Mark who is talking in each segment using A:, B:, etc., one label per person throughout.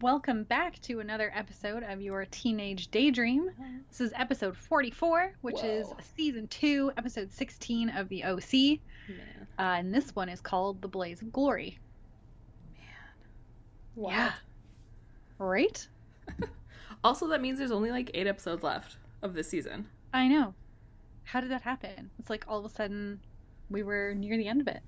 A: welcome back to another episode of your Teenage Daydream. This is episode 44, which is
B: Whoa.
A: season 2, episode 16 of The OC.
B: Man.
A: Uh, and this one is called The Blaze of Glory,
B: Wild.
A: Yeah. right?
B: Also, that means there's only like eight episodes left of this season.
A: I know. How did that happen? It's like all of a sudden we were near the end of it.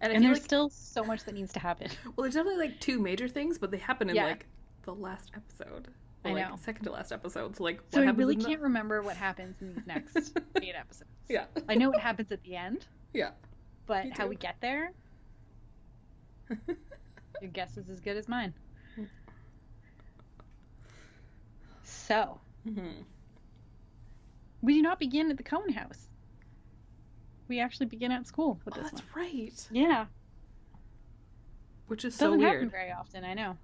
B: And I
A: And
B: feel
A: there's
B: like,
A: still so much that needs to happen.
B: well, there's definitely like two major things, but they happen in
A: Yeah.
B: like the last episode. Or,
A: I
B: like,
A: know.
B: Second to last episode. So, like, what
A: So I
B: happens
A: really
B: in the-
A: can't remember what happens in these next eight episodes.
B: Yeah.
A: I know what happens at the end,
B: Yeah.
A: but
B: Me
A: how
B: too.
A: we get there, Mm-hmm. your guess is as good as mine. So,
B: Mhm.
A: we do not begin at the Cohen house. We actually begin at school with
B: Oh,
A: this
B: that's
A: one.
B: right.
A: Yeah.
B: Which is so
A: Doesn't happen
B: weird.
A: very often, I know.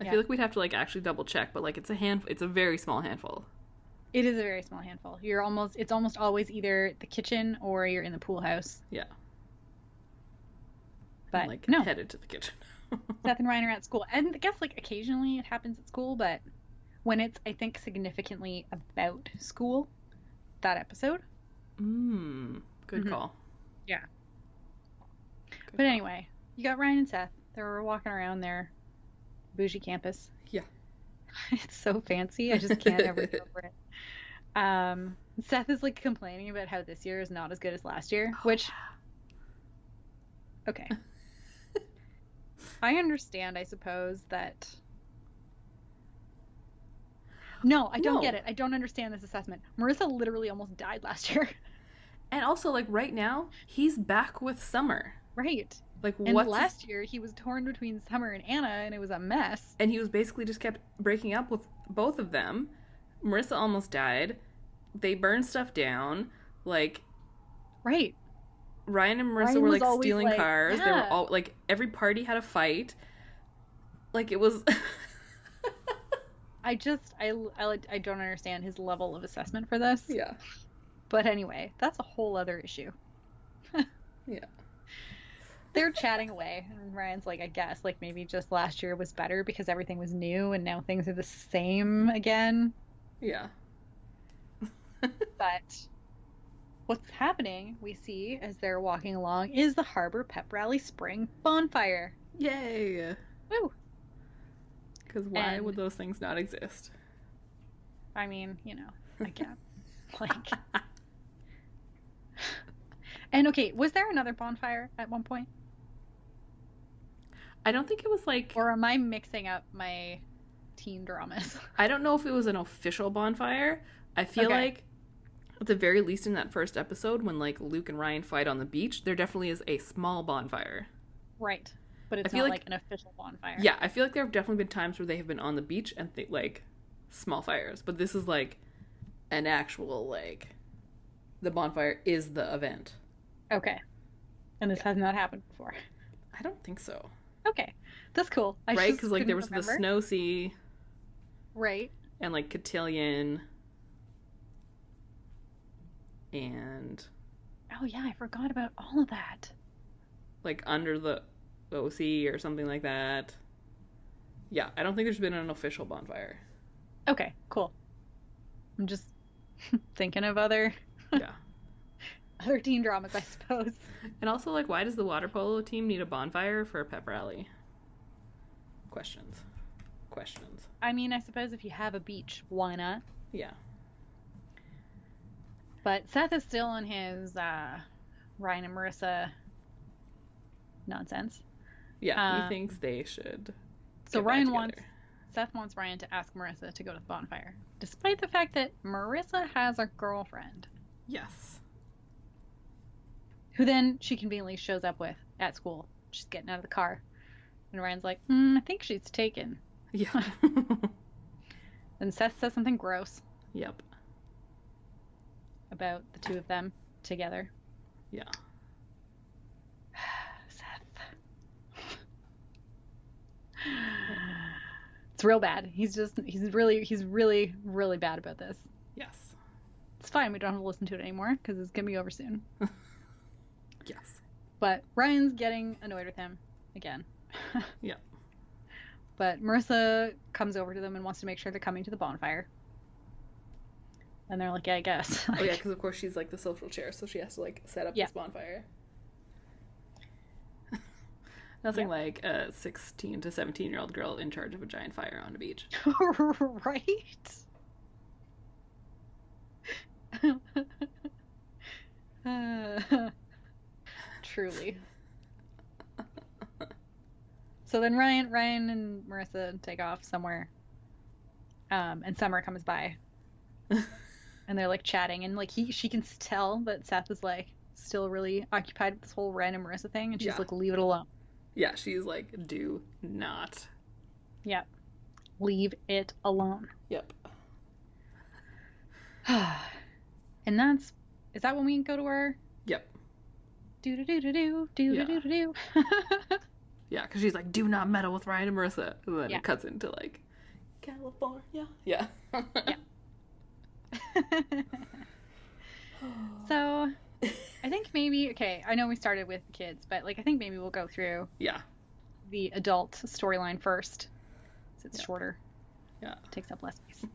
B: I
A: yeah.
B: feel like we'd have to like actually double check, but like it's a hand, it's a very small handful.
A: It is a very small handful. You're almost it's almost always either the kitchen or you're in the pool house.
B: Yeah.
A: But
B: I'm, like
A: no.
B: headed to the kitchen.
A: Seth and Ryan are at school. And I guess like occasionally it happens at school, but when it's I think significantly about school, that episode.
B: Mmm. Good
A: Mhm.
B: call.
A: Yeah.
B: Good
A: But
B: call.
A: anyway, you got Ryan and Seth. They were walking around their bougie campus.
B: Yeah.
A: It's so fancy. I just can't ever get over it. Um, Seth is like complaining about how this year is not as good as last year,
B: Oh,
A: which, okay. I understand, I suppose, that. No, I don't
B: No.
A: get it. I don't understand this assessment. Marissa literally almost died last year.
B: And also, like right now, he's back with Summer.
A: right.
B: Like
A: And
B: what's
A: last year he was torn between Summer and Anna and it was a mess.
B: and he was basically just kept breaking up with both of them. Marissa almost died. They burned stuff down. Like
A: Right.
B: Ryan and Marissa
A: Ryan
B: were
A: was
B: like
A: always,
B: stealing
A: like,
B: cars. They were
A: yeah.
B: all like every party had a fight. Like it was
A: I just I, I I don't understand his level of assessment for this.
B: Yeah.
A: But anyway, that's a whole other issue.
B: Yeah.
A: They're chatting away and Ryan's like, I guess like maybe just last year was better because everything was new and now things are the same again.
B: Yeah.
A: But what's happening, we see as they're walking along, is the Harbor Pep Rally Spring Bonfire.
B: Yay.
A: Woo!
B: Cuz why
A: And-
B: would those things not exist?
A: I mean, you know, I guess. like And okay, was there another bonfire at one point?
B: I don't think it was like
A: Or am I mixing up my teen dramas?
B: I don't know if it was an official bonfire. I feel
A: Okay.
B: like at the very least in that first episode when like Luke and Ryan fight on the beach, there definitely is a small bonfire.
A: right. But it's
B: feel
A: not
B: like-
A: like... an official bonfire.
B: Yeah, I feel like there have definitely been times where they have been on the beach and they like small fires, but this is like an actual like the bonfire is the event.
A: Okay. And this has not happened before.
B: I don't think so.
A: Okay. That's cool. I
B: Right? 'Cause right?
A: just
B: Cuz like
A: couldn't
B: there was
A: remember.
B: the snow sea
A: Right.
B: and like cotillion and
A: Oh yeah, I forgot about all of that.
B: like under the OC or something like that. Yeah, I don't think there's been an official bonfire.
A: Okay, cool. I'm just thinking of other
B: Yeah.
A: other teen dramas, I suppose.
B: and also like why does the water polo team need a bonfire for a pep rally? Questions. Questions.
A: I mean, I suppose if you have a beach, why not?
B: Yeah.
A: But Seth is still on his uh, Ryan and Marissa nonsense.
B: Yeah,
A: Um,
B: he thinks they should.
A: So
B: get back
A: Ryan
B: together.
A: wants Seth wants Ryan to ask Marissa to go to the bonfire, despite the fact that Marissa has a girlfriend
B: Yes.
A: who then she conveniently shows up with at school. She's getting out of the car, and Ryan's like, mm, "I think she's taken."
B: Yeah.
A: And Seth says something gross
B: yep.
A: about the two of them together.
B: Yeah.
A: Seth. It's real bad. He's just he's really he's really really bad about this.
B: Yes.
A: It's fine. We don't have to listen to it anymore because it's gonna be over soon.
B: Yes.
A: But Ryan's getting annoyed with him again.
B: Yeah.
A: But Marissa comes over to them and wants to make sure they're coming to the bonfire. And they're like, yeah, I guess.
B: Oh yeah, because of course she's like the social chair, so she has to like set up
A: Yeah.
B: this bonfire. Nothing
A: Yep.
B: like a sixteen to seventeen year old girl in charge of a giant fire on a beach.
A: right? Uh, truly. so then Ryan, Ryan and Marissa take off somewhere, um, and Summer comes by, and they're like chatting, and like he, she can s- tell that Seth is like still really occupied with this whole random Marissa thing, and she's
B: Yeah.
A: like, "Leave it alone,
B: Yeah, she's like, do not.
A: leave it alone."
B: Yep.
A: and that's is that when we go to our
B: Yep.
A: do do do do do do do do do do.
B: Yeah, because she's like, do not meddle with Ryan and Marissa. And then
A: Yeah.
B: it cuts into like California. Yeah.
A: So I think maybe okay, I know we started with the kids, but like I think maybe we'll go through
B: yeah.
A: the adult storyline first. 'cause It's
B: Yeah.
A: shorter.
B: Yeah.
A: takes up less space.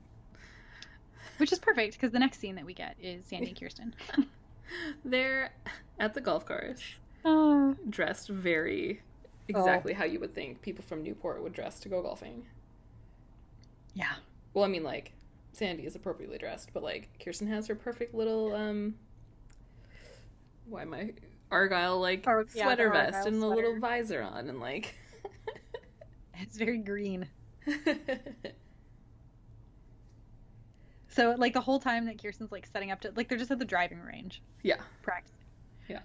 A: Which is perfect because the next scene that we get is Sandy and Kirsten.
B: They're at the golf course,
A: Oh,
B: dressed very exactly how you would think people from Newport would dress to go golfing.
A: yeah.
B: Well, I mean, like, Sandy is appropriately dressed, but like, Kirsten has her perfect little, um, why am I, Argyle, like,
A: Ar- yeah, the
B: sweater
A: Argyle
B: vest and the little
A: sweater.
B: visor on, and like,
A: It's very green. So like the whole time that Kirsten's like setting up to like they're just at the driving range.
B: yeah.
A: practicing.
B: Yeah.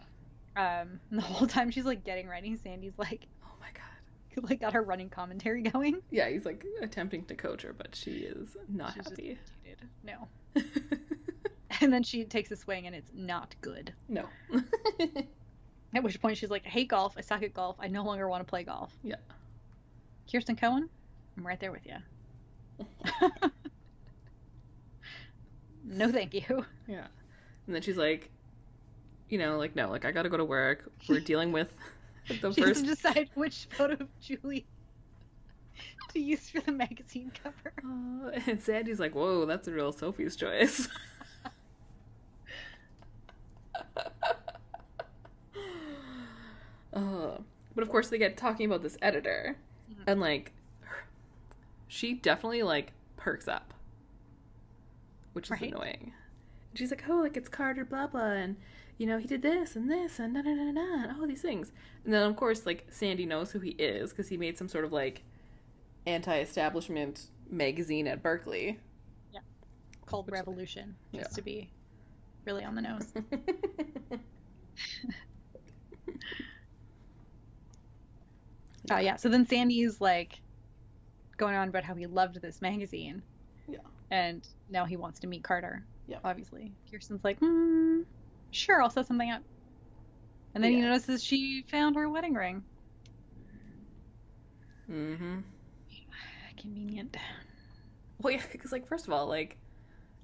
A: Um, and the whole time she's like getting ready, Sandy's like
B: Oh my god.
A: like got her running commentary going.
B: Yeah, he's like attempting to coach her, but she is not
A: She's just-
B: happy.
A: Dude, no. And then she takes a swing and it's not good.
B: no.
A: At which point she's like, I hate golf. I suck at golf. I no longer want to play golf.
B: Yeah.
A: Kirsten Cohen, I'm right there with you. no, thank you.
B: yeah. And then she's like, you know, like, no, like, I gotta go to work. We're dealing with the
A: She has to
B: first.
A: decide which photo of Julie to use for the magazine cover.
B: Uh, and Sandy's like, whoa, that's a real Sophie's choice. uh, but of course, they get talking about this editor,
A: Mhm.
B: and like, her- she definitely like perks up, which is
A: Right.
B: annoying. She's like, oh, like it's Carter, blah blah, and you know he did this and this and da da da da, da, and all these things. And then of course, like Sandy knows who he is because he made some sort of like anti-establishment magazine at Berkeley.
A: Called
B: Which-
A: Revolution, just
B: Yeah.
A: to be really on the nose. Oh yeah. So then Sandy's like going on about how he loved this magazine.
B: Yeah.
A: And now he wants to meet Carter.
B: Yeah.
A: Obviously. Kirsten's like, hmm, sure, I'll set something up. And then he
B: Yeah.
A: notices she found her wedding ring.
B: mm-hmm.
A: Convenient.
B: Well, yeah, because like first of all, like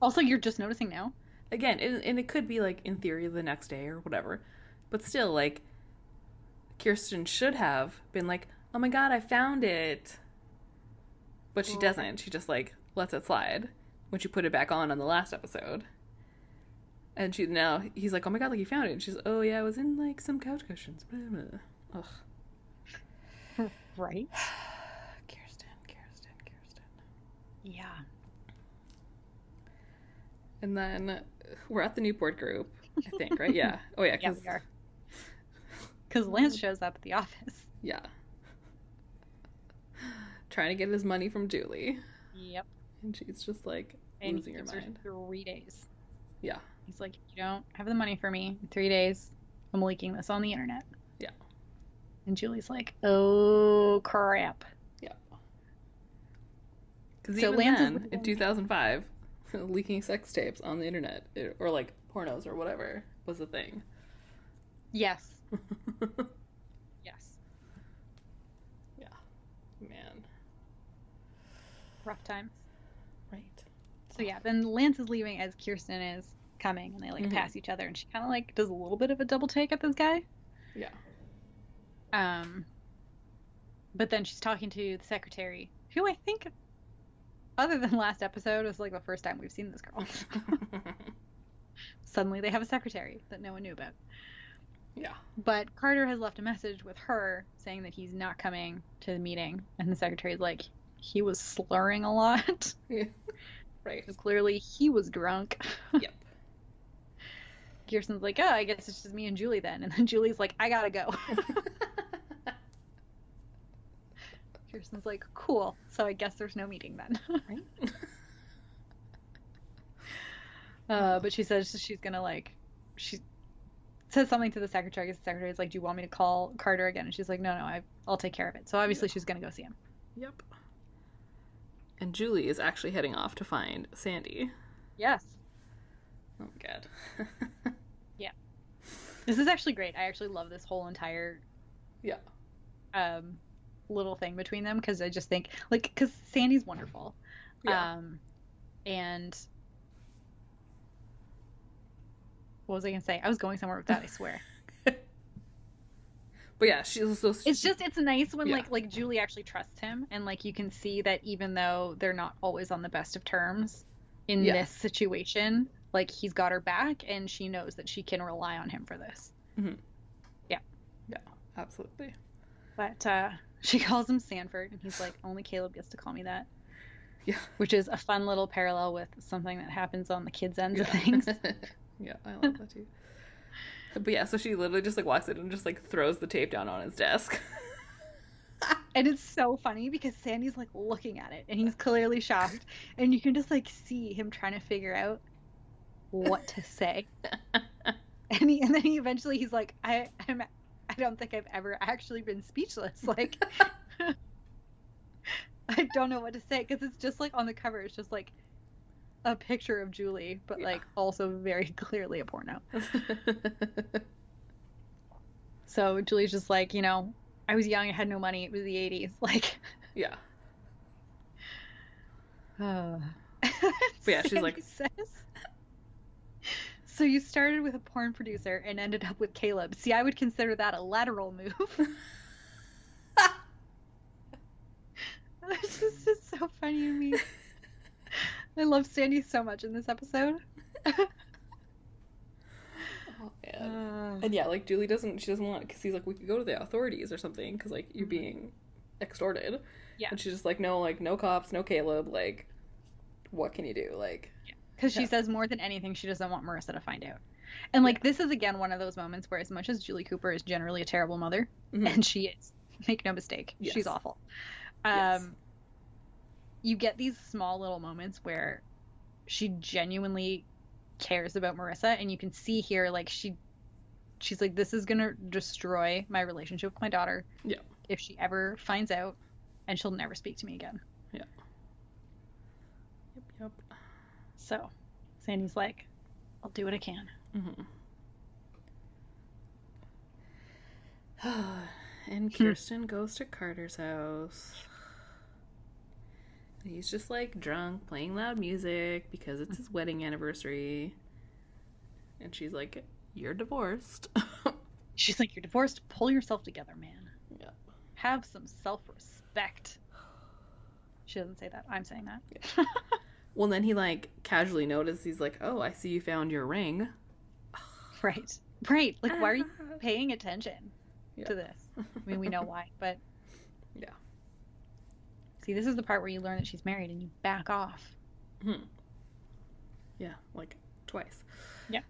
A: Also, you're just noticing now.
B: again, and, and it could be like in theory the next day or whatever, but still, like Kirsten should have been like, "Oh my god, I found it," but she
A: Right.
B: doesn't. She just like lets it slide when she put it back on on the last episode. And she now he's like, "Oh my god, like you found it," and she's, "Oh yeah, it was in like some couch cushions." Blah, blah, blah. Ugh,
A: Right.
B: Kirsten, Kirsten, Kirsten.
A: Yeah.
B: And then uh, we're at the Newport group, I think, right? Yeah. Oh yeah,
A: Yeah,
B: because
A: we are. Because
B: Mm.
A: Lance shows up at the office.
B: Yeah. Trying to get his money from Julie.
A: Yep.
B: And she's just like
A: And
B: losing
A: he
B: her
A: gives her
B: mind.
A: three days.
B: Yeah.
A: He's like, if you don't have the money for me in three days, I'm leaking this on the internet.
B: Yeah.
A: And Julie's like, oh, crap.
B: Because
A: So
B: even
A: Lance is
B: then,
A: with
B: in
A: him.
B: 2005, leaking sex tapes on the internet it- or like pornos or whatever was a thing.
A: Yes. Yes.
B: Man.
A: Rough times.
B: Right.
A: So yeah, then Lance is leaving as Kirsten is coming, and they like
B: Mhm.
A: pass each other, and she kind of like does a little bit of a double take at this guy.
B: Yeah.
A: Um. But then she's talking to the secretary, who I think, other than last episode, was like the first time we've seen this girl. Suddenly they have a secretary that no one knew about.
B: yeah.
A: But Carter has left a message with her saying that he's not coming to the meeting. And the secretary's like, he was slurring a lot.
B: Right.
A: So clearly he was drunk.
B: Yep.
A: Gearson's like, oh, I guess it's just me and Julie then. And then Julie's like, I gotta go. Gearson's like, cool. So I guess there's no meeting then.
B: Right?
A: Uh, but she says she's gonna like, she says something to the secretary. 'cause The secretary's like, do you want me to call Carter again? And she's like, no, no, I, I'll take care of it. So obviously she's gonna go see him.
B: Yep. And Julie is actually heading off to find Sandy.
A: Yes.
B: Oh my god.
A: This is actually great. I actually love this whole entire
B: yeah.
A: um, little thing between them because I just think like because Sandy's wonderful,
B: Yeah.
A: um, and what was I gonna say? I was going somewhere with that. I swear.
B: but yeah, she's so
A: it's just it's nice when
B: Yeah.
A: like like Julie actually trusts him and like you can see that even though they're not always on the best of terms in
B: Yeah.
A: this situation, like he's got her back and she knows that she can rely on him for this.
B: absolutely.
A: But uh, she calls him Sanford, and he's like, only Caleb gets to call me that.
B: Yeah.
A: Which is a fun little parallel with something that happens on the kids' ends of things.
B: yeah, I love that too. But yeah, so she literally just like walks in and just like throws the tape down on his desk.
A: and it's so funny because Sandy's like looking at it, and he's clearly shocked. And you can just like see him trying to figure out what to say. and, he, and then he eventually he's like, I, I'm, I don't think I've ever actually been speechless. Like, I don't know what to say because it's just like on the cover, it's just like a picture of Julie, but
B: Yeah.
A: like also very clearly a porno. So Julie's just like, you know, I was young, I had no money, it was the 80s. Like,
B: yeah.
A: uh.
B: yeah, she's like-
A: says, so you started with a porn producer and ended up with Caleb. See, I would consider that a lateral move. this is just so funny to me. I love Sandy so much in this episode.
B: Oh, man.
A: Uh,
B: And yeah, like Julie doesn't. She doesn't want because he's like, we could go to the authorities or something because like you're
A: Mhm.
B: being extorted.
A: Yeah.
B: And she's just like, no, like no cops, no Caleb. Like, what can you do? Like,
A: because she
B: Yeah.
A: says more than anything she doesn't want marissa to find out and like this is again one of those moments where as much as julie cooper is generally a terrible mother
B: Mhm.
A: and she is make no mistake
B: Yes.
A: she's awful um
B: Yes.
A: you get these small little moments where she genuinely cares about marissa and you can see here like she she's like this is gonna destroy my relationship with my daughter
B: Yeah.
A: if she ever finds out and she'll never speak to me again
B: yep, yep.
A: so sandy's like i'll do what i can
B: Mm-hmm. and Kirsten goes to Carter's house. He's just like drunk, playing loud music because it's his wedding anniversary. And she's like, You're divorced.
A: She's like, You're divorced. Pull yourself together, man.
B: yeah.
A: Have some self respect. She doesn't say that. I'm saying that.
B: Well, then he like casually notices, he's like, Oh, I see you found your ring.
A: Right. Right. Like, why are you paying attention
B: Yeah.
A: to this? I mean, we know why, but.
B: Yeah.
A: See, this is the part where you learn that she's married and you back off.
B: Hmm. Yeah, like twice.
A: Yeah.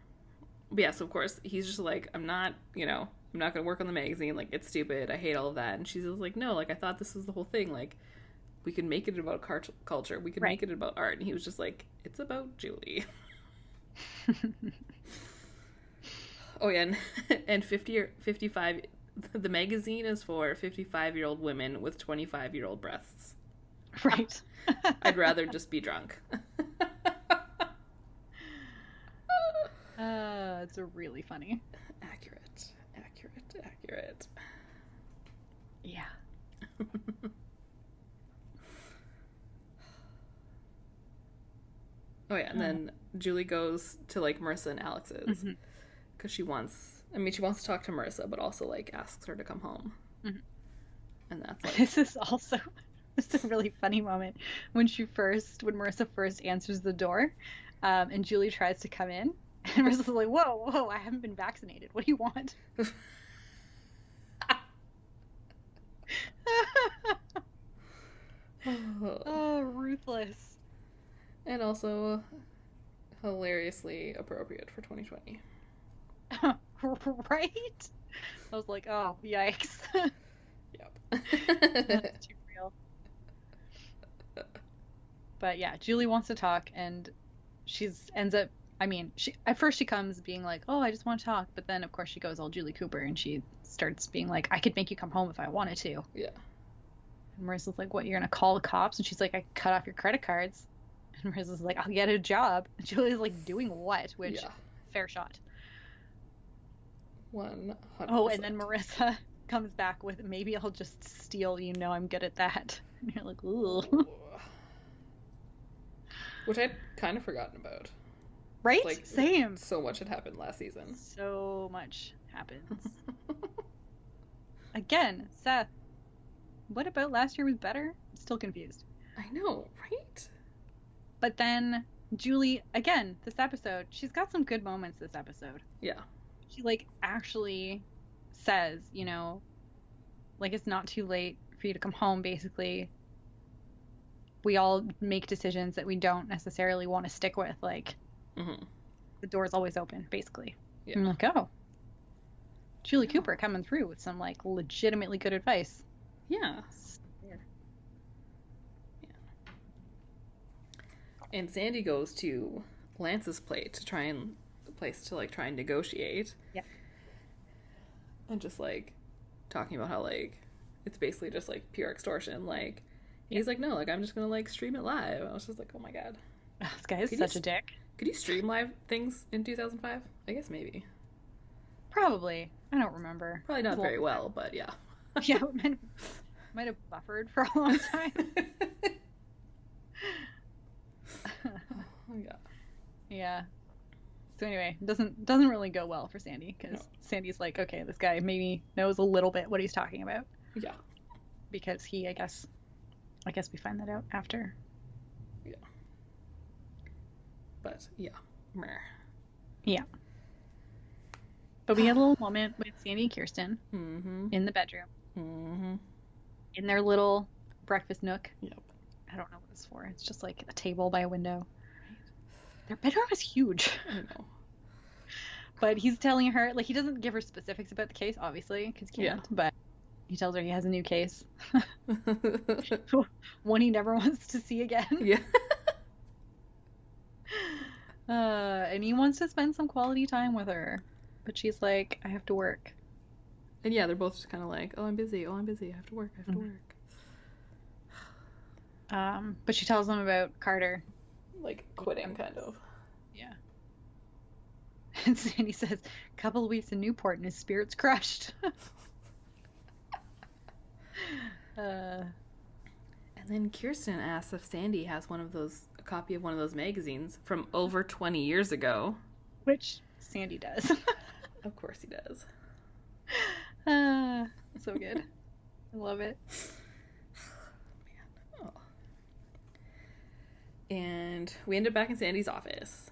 B: But yes, of course, he's just like, I'm not, you know, I'm not going to work on the magazine. Like, it's stupid. I hate all of that. And she's just like, no, like, I thought this was the whole thing. Like, we can make it about car- culture. We can
A: Right.
B: make it about art. And he was just like, it's about Julie. Oh, yeah. And, and 50 or 55, the magazine is for 55 year old women with 25 year old breasts.
A: right.
B: I'd rather just be drunk.
A: Uh, it's really funny.
B: Accurate, accurate, accurate.
A: Yeah.
B: Oh yeah, and then Julie goes to like Marissa and Alex's because
A: Mhm.
B: she wants. I mean, she wants to talk to Marissa, but also like asks her to come home.
A: Mhm.
B: and that's like
A: This is also just a really funny moment when she first, when Marissa first answers the door, um, and Julie tries to come in, and Marissa's like, "Whoa, whoa! I haven't been vaccinated. What do you want?" oh, ruthless.
B: and also hilariously appropriate for 2020.
A: right? I was like, "Oh, yikes!
B: Yep.
A: That's too real." But yeah, Julie wants to talk, and she's ends up. I mean, she at first she comes being like, "Oh, I just want to talk," but then of course she goes all Julie Cooper, and she starts being like, "I could make you come home if I wanted to."
B: yeah.
A: And Marissa's like, "What? You're gonna call the cops?" And she's like, "I cut off your credit cards." And Marissa's like, "I'll get a job." And Julie's like, "Doing what?" Which
B: yeah.
A: fair shot.
B: 100
A: Oh, and then Marissa comes back with, "Maybe I'll just steal. You know, I'm good at that." And you're like, "Ooh,
B: Which I'd kind of forgotten about.
A: right?
B: like-
A: Same."
B: So much had happened last season.
A: So much happens. Again, Seth. What about last year was better? I'm still confused.
B: I know, right?
A: But then Julie, again, this episode, she's got some good moments this episode.
B: Yeah.
A: she like actually says, you know, like it's not too late for you to come home basically. We all make decisions that we don't necessarily want to stick with, like
B: Mm-hmm.
A: the door's always open, basically.
B: Yeah.
A: I'm like, oh. Julie
B: Yeah.
A: Cooper coming through with some like legitimately good advice.
B: Yeah. And Sandy goes to Lance's plate to try and place to like try and negotiate.
A: Yeah.
B: And just like talking about how like it's basically just like pure extortion. Like he's like, no, like I'm just gonna like stream it live. I was just like, oh my god,
A: Ugh, this guy is
B: Could you
A: such a
B: s-
A: dick.
B: could you stream live things in 2005? I guess maybe.
A: Probably. I don't remember.
B: Probably not
A: Well-
B: very well, but yeah.
A: yeah, it might, might have buffered for a long time.
B: yeah.
A: Yeah. So anyway, doesn't doesn't really go well for Sandy because
B: No.
A: Sandy's like, okay, this guy maybe knows a little bit what he's talking about
B: Yeah.
A: because he, I guess, I guess we find that out after.
B: But yeah. Meh.
A: But we had a little moment with Sandy and Kirsten
B: Mm-hmm.
A: in the bedroom
B: Mm-hmm.
A: in their little breakfast nook.
B: Yep.
A: I don't know what it's for. It's just like a table by a window. Their bedroom is huge.
B: I know.
A: But he's telling her, like, he doesn't give her specifics about the case, obviously, because he
B: Yeah.
A: can't. But he tells her he has a new case, one he never wants to see again.
B: yeah.
A: Uh, and he wants to spend some quality time with her, but she's like, I have to work.
B: And yeah, they're both just kind of like, oh, I'm busy. Oh, I'm busy. I have to work. I have to
A: Mhm.
B: work.
A: Um, but she tells him about Carter,
B: Like quitting, kind of.
A: and Sandy says, "Couple of weeks in Newport, and his spirit's crushed." uh,
B: And then Kirsten asks if Sandy has one of those, a copy of one of those magazines from over 20 years ago.
A: which Sandy does.
B: Of course he does.
A: uh, so good, I love it.
B: And we end up back in Sandy's office.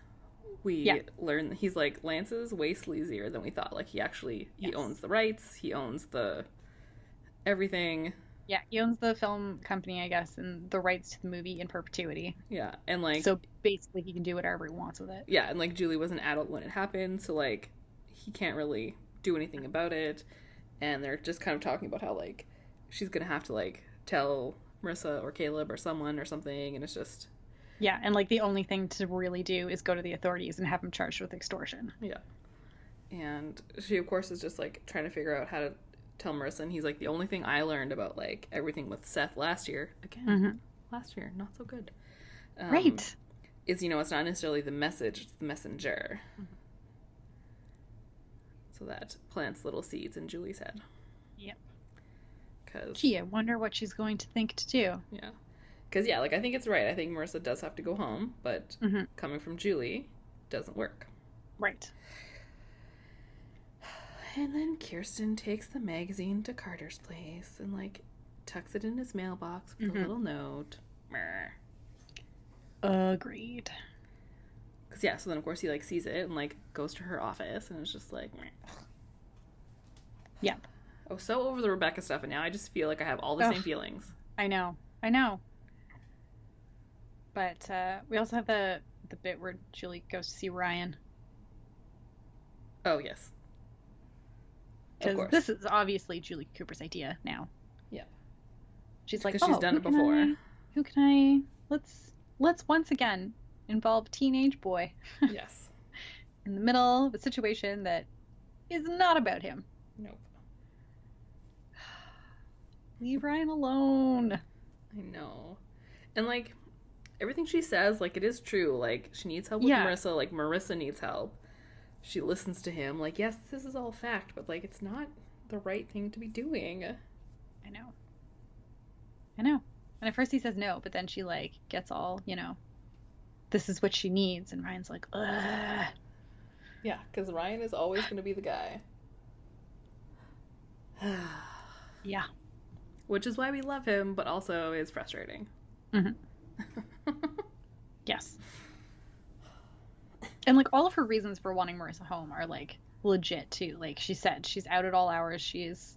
B: We
A: Yeah.
B: learn he's like Lance's way sleazier than we thought. Like he actually he
A: Yes.
B: owns the rights. He owns the everything.
A: Yeah, he owns the film company, I guess, and the rights to the movie in perpetuity.
B: Yeah, and like
A: so basically, he can do whatever he wants with it.
B: yeah, and like Julie was an adult when it happened, so like he can't really do anything about it. And they're just kind of talking about how like she's gonna have to like tell Marissa or Caleb or someone or something, and it's just
A: Yeah, and like the only thing to really do is go to the authorities and have them charged with extortion.
B: and she of course is just like trying to figure out how to tell Marissa and he's like the only thing I learned about like everything with Seth last year again last year not so good um,
A: Mm-hmm. right.
B: is you know it's not necessarily the message it's the messenger
A: Mhm.
B: so that plants little seeds in Julie's head
A: Yep.
B: because
A: Gee, I wonder what she's going to think to do.
B: yeah because yeah like I think it's right I think Marissa does have to go home but
A: Mhm.
B: coming from Julie doesn't work
A: Right.
B: And then Kirsten takes the magazine to Carter's place and like tucks it in his mailbox with a
A: Mhm.
B: little note. Because
A: Agreed.
B: yeah, so then of course he like sees it and like goes to her office and it's just like, meh.
A: Yep.
B: I was so over the Rebecca stuff, and now I just feel like I have all the
A: Ugh.
B: same feelings.
A: I know. I know. But uh, we also have the the bit where Julie goes to see Ryan
B: Oh yes,
A: because
B: of course.
A: this is obviously Julie Cooper's idea now.
B: Yep.
A: She's like,
B: because
A: oh,
B: she's done
A: who
B: it
A: can
B: before.
A: I- who can I? Let's let's once again involve teenage boy
B: yes.
A: in the middle of a situation that is not about him.
B: Nope.
A: Leave Ryan alone.
B: I know. And like everything she says, like it is true. Like she needs help with
A: Yeah.
B: Marissa. Like Marissa needs help. She listens to him. Like yes, this is all fact, but like it's not the right thing to be doing.
A: I know. I know. And at first he says no, but then she like gets all, you know, this is what she needs, and Ryan's like, ugh.
B: Yeah, because Ryan is always going to be the guy.
A: Yeah.
B: Which is why we love him, but also is frustrating.
A: Mhm. Yes. And like all of her reasons for wanting Marissa home are like legit too. Like she said, she's out at all hours. She's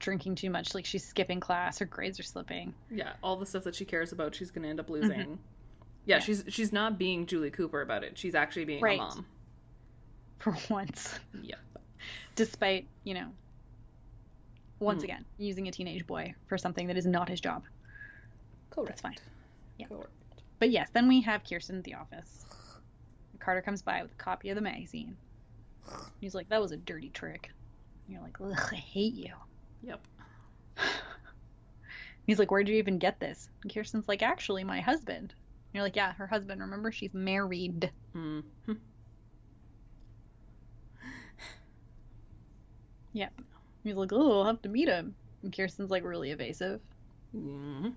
A: drinking too much. Like she's skipping class. Her grades are slipping.
B: yeah, all the stuff that she cares about, she's going to end up losing. Yeah,
A: Mm-hmm. Yeah.
B: she's she's not being Julie Cooper about it. She's actually being
A: Right.
B: a mom.
A: for once,
B: Yeah.
A: despite, you know, once
B: Mm.
A: again, using a teenage boy for something that is not his job.
B: Correct.
A: fine. Yeah.
B: Correct.
A: But yes, then we have Kirsten at the office. Carter comes by with a copy of the magazine. He's like, that was a dirty trick. And you're like, ugh, I hate you.
B: Yep.
A: He's like, where'd you even get this? And Kirsten's like, actually, my husband. And you're like, yeah, her husband. Remember, she's married.
B: Mm.
A: He's like, oh, I'll have to meet him. And Kirsten's like, really evasive.
B: Mm.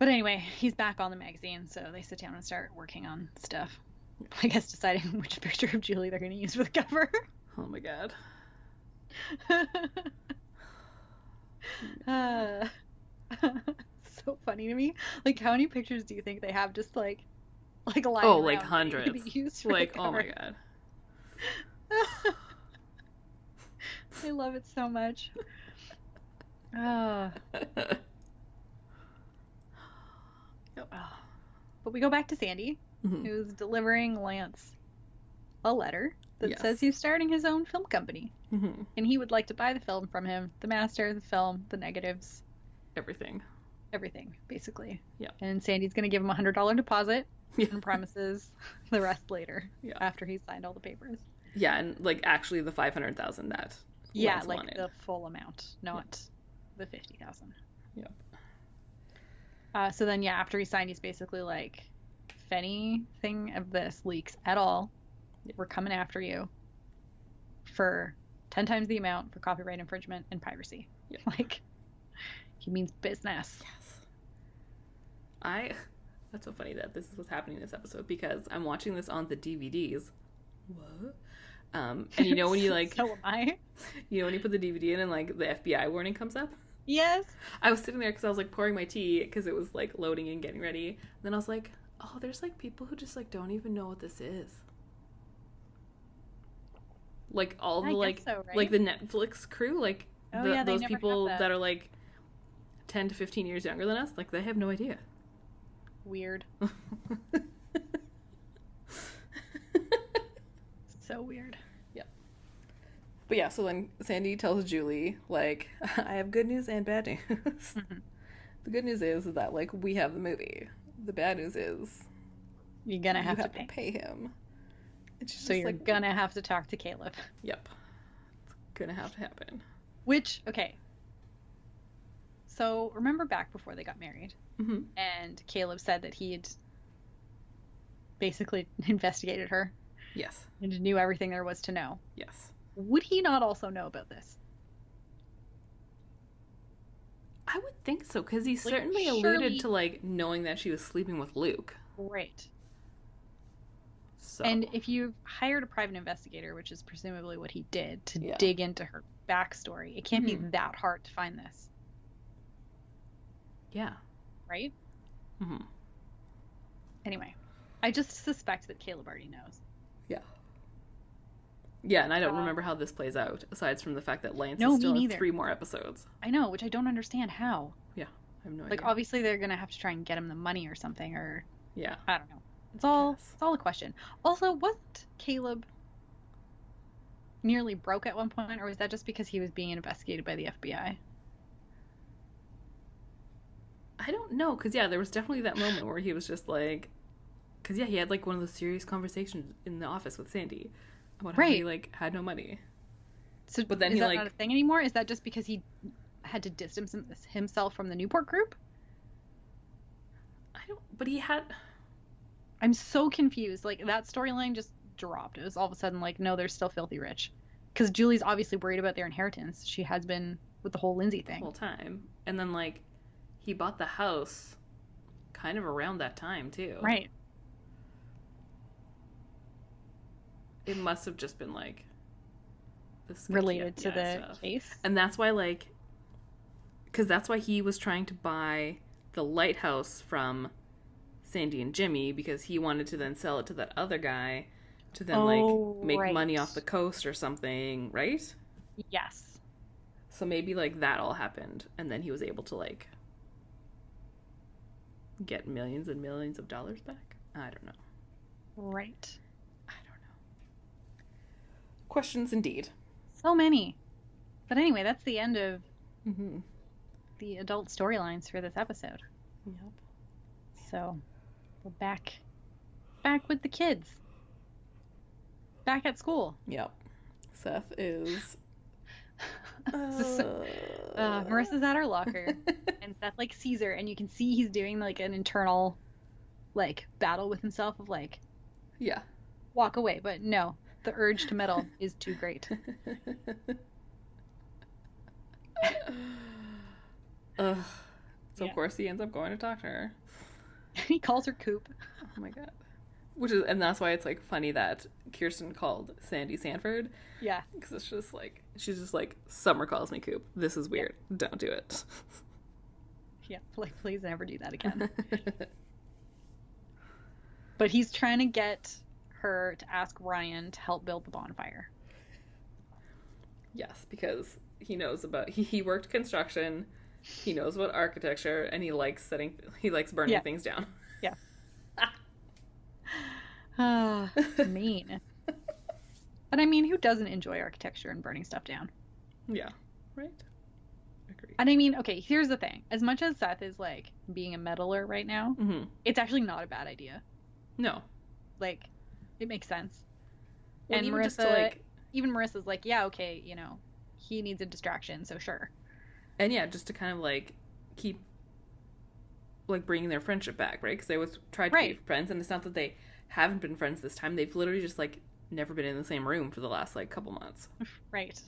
A: But anyway, he's back on the magazine, so they sit down and start working on stuff. I guess deciding which picture of Julie they're going to use for the cover.
B: Oh my god.
A: uh, so funny to me. Like, how many pictures do you think they have just like, like lying
B: Oh, like
A: around ready to be
B: hundreds.
A: used for the
B: Like, oh my
A: cover?
B: god.
A: I love it so much. Uh,
B: Yep.
A: but we go back to Sandy,
B: Mhm.
A: who's delivering Lance a letter that
B: Yes.
A: says he's starting his own film company,
B: Mhm.
A: and he would like to buy the film from him, the master, the film, the negatives,
B: Everything.
A: everything, basically.
B: Yeah.
A: And Sandy's gonna give him a hundred dollar deposit
B: Yeah.
A: and promises the rest later
B: Yeah.
A: after he's signed all the papers.
B: Yeah, and like actually the five hundred thousand that.
A: Yeah,
B: Lance
A: like
B: wanted.
A: the full amount, not the fifty thousand.
B: Yep.
A: Uh, so then, yeah, after he signed, he's basically like, if anything of this leaks at all,
B: Yeah.
A: we're coming after you for ten times the amount for copyright infringement and piracy.
B: Yeah.
A: Like, he means business.
B: Yes. I. That's so funny that this is what's happening this episode because I'm watching this on the DVDs. What? Um, and you know when you like,
A: so am I.
B: you know when you put the DVD in and like the FBI warning comes up.
A: Yes.
B: I was sitting there because I was like pouring my tea because it was like loading and getting ready. And then I was like, oh, there's like people who just like don't even know what this is. Like all
A: I
B: the
A: guess
B: like
A: so, right?
B: like the Netflix crew, like
A: Oh,
B: the,
A: yeah, they
B: those
A: never have
B: people
A: that.
B: that. are like ten to fifteen years younger than us, like they have no idea.
A: Weird. So weird.
B: But yeah, so then Sandy tells Julie, like, I have good news and bad news.
A: Mhm.
B: The good news is that, like, we have the movie. The bad news is
A: You're gonna have,
B: you
A: to, pay.
B: him. And she's
A: So
B: just
A: you're
B: like,
A: gonna have to talk to Caleb.
B: yep, it's gonna have to happen.
A: Which, okay. So remember back before they got married,
B: hmm
A: and Caleb said that he had basically investigated her
B: Yes,
A: and knew everything there was to know.
B: yes.
A: Would he not also know about this?
B: I would think so because he certainly
A: surely-
B: alluded to like knowing that she was sleeping with Luke.
A: Great.
B: So
A: And if you've hired a private investigator, which is presumably what he did, to
B: Yeah.
A: dig into her backstory, it can't
B: Mhm.
A: be that hard to find this.
B: Yeah.
A: right?
B: hmm
A: Anyway, I just suspect that Caleb already knows.
B: Yeah. Yeah, and I don't
A: Um,
B: remember how this plays out, aside from the fact that Lance
A: No,
B: is
A: me
B: still in
A: neither.
B: three more episodes.
A: I know, which I don't understand how.
B: I have no
A: Like,
B: idea.
A: obviously, they're gonna have to try and get him the money or something, or
B: yeah.
A: I don't know. It's all
B: Yes.
A: it's all a question. Also, wasn't Caleb nearly broke at one point, or was that just because he was being investigated by the FBI?
B: I don't know, because, yeah, there was definitely that moment where he was just like, because, yeah, he had, like, one of those serious conversations in the office with Sandy about how
A: Right.
B: he, like, had no money.
A: So,
B: But then
A: is
B: he,
A: that
B: like-
A: not a thing anymore? Is that just because he had to distance him- himself from the Newport group?
B: I don't, but he had,
A: I'm so confused. Like
B: Mm.
A: that storyline just dropped. It was all of a sudden like, no, they're still filthy rich, because Julie's obviously worried about their inheritance. She has been with the whole Lindsay
B: the
A: thing.
B: whole time. And then like he bought the house kind of around that time too.
A: Right.
B: It must have just been like this
A: Related to
B: yeah,
A: the
B: stuff.
A: case.
B: And that's why like cuz that's why he was trying to buy the lighthouse from Sandy and Jimmy because he wanted to then sell it to that other guy to then
A: Oh,
B: like make
A: right.
B: money off the coast or something, right?
A: Yes.
B: So maybe like that all happened, and then he was able to like get millions and millions of dollars back. I don't know.
A: Right.
B: I don't know. Questions indeed.
A: So many. But anyway, that's the end of
B: Mm-hmm.
A: the adult storylines for this episode.
B: Yep.
A: So we're back, back with the kids. Back at school.
B: Yep. Seth is.
A: So- Uh, Marissa's at her locker, and Seth like sees her, and you can see he's doing like an internal, like battle with himself of like
B: Yeah.
A: walk away, but no, the urge to meddle is too great.
B: Ugh. So
A: Yeah.
B: of course he ends up going to talk to her.
A: he calls her Coop.
B: Oh my god. Which is, and that's why it's like funny that Kirsten called Sandy Sanford
A: Yeah,
B: because it's just like she's just like Summer calls me Coop. This is weird. Don't do it.
A: yeah. Like, please never do that again. but he's trying to get her to ask Ryan to help build the bonfire.
B: yes, because he knows about he, he worked construction, he knows about architecture, and he likes setting he likes burning
A: Yeah.
B: things down.
A: Ah, mean. But I mean, who doesn't enjoy architecture and burning stuff down?
B: Yeah, right. Agree.
A: And I mean, okay, here's the thing. As much as Seth is like being a meddler right now,
B: hmm
A: it's actually not a bad idea.
B: No,
A: Like, it makes sense.
B: Well,
A: And
B: even just to,
A: Marissa-
B: like
A: Even Marissa's like, yeah, okay, you know, he needs a distraction, so sure.
B: and yeah, just to kind of like keep like bringing their friendship back, right? Because they always tried to be
A: Right.
B: friends, and it's not that they haven't been friends this time. They've literally just like never been in the same room for the last like couple months.
A: Right.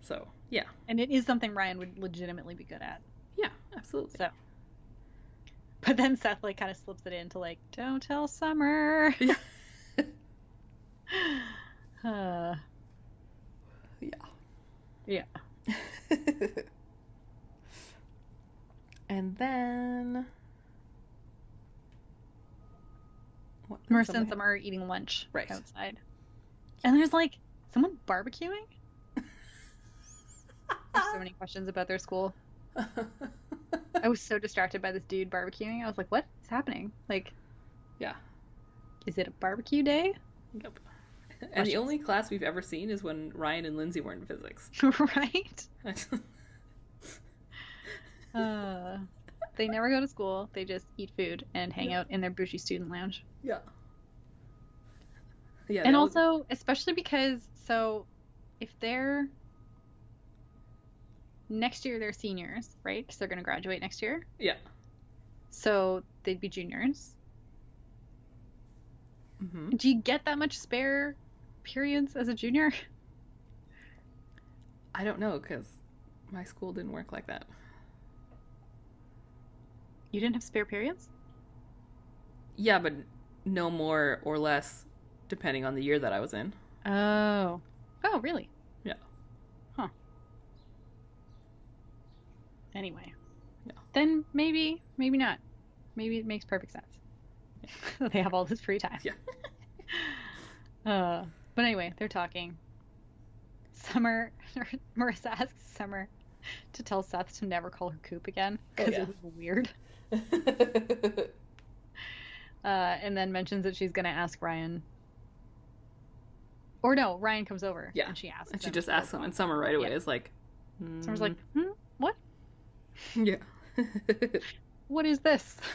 B: So yeah,
A: And it is something Ryan would legitimately be good at.
B: yeah, absolutely.
A: So- But then Seth like kind of slips it into like, don't tell Summer.
B: Yeah.
A: uh,
B: yeah, yeah. and then what,
A: Marissa
B: somebody-
A: and Summer are eating lunch
B: Right.
A: outside. And there's like someone barbecuing. Ah. There's so many questions about their school. I was so distracted by this dude barbecuing. I was like, what is happening? Like,
B: yeah.
A: is it a barbecue day?
B: Yep. And the only class we've ever seen is when Ryan and Lindsay were in physics.
A: right? Uh, they never go to school. They just eat food and hang out in their bougie student lounge.
B: Yeah. Yeah.
A: and
B: that was-
A: also, especially because, so if they're next year, they're seniors, right? Because they're going to graduate next year.
B: yeah.
A: So they'd be juniors.
B: hmm
A: Do you get that much spare periods as a junior?
B: I don't know because my school didn't work like that.
A: You didn't have spare periods?
B: Yeah, but no more or less depending on the year that I was in.
A: Oh. Oh, really?
B: Yeah.
A: Huh. Anyway.
B: Yeah.
A: then maybe, maybe not. Maybe it makes perfect sense. they have all this free time.
B: Yeah.
A: uh, but anyway, they're talking. Summer, Marissa asks Summer to tell Seth to never call her Coop again
B: Oh,
A: because
B: yeah.
A: it was weird. Uh, and then mentions that she's going to ask Ryan. Or no, Ryan comes over.
B: Yeah.
A: And she asks.
B: and she
A: him
B: just
A: to go
B: asks him,
A: along.
B: and Summer right away
A: Yeah.
B: is like,
A: Summer's
B: "Mm,
A: like, hmm, what?
B: yeah.
A: What is this?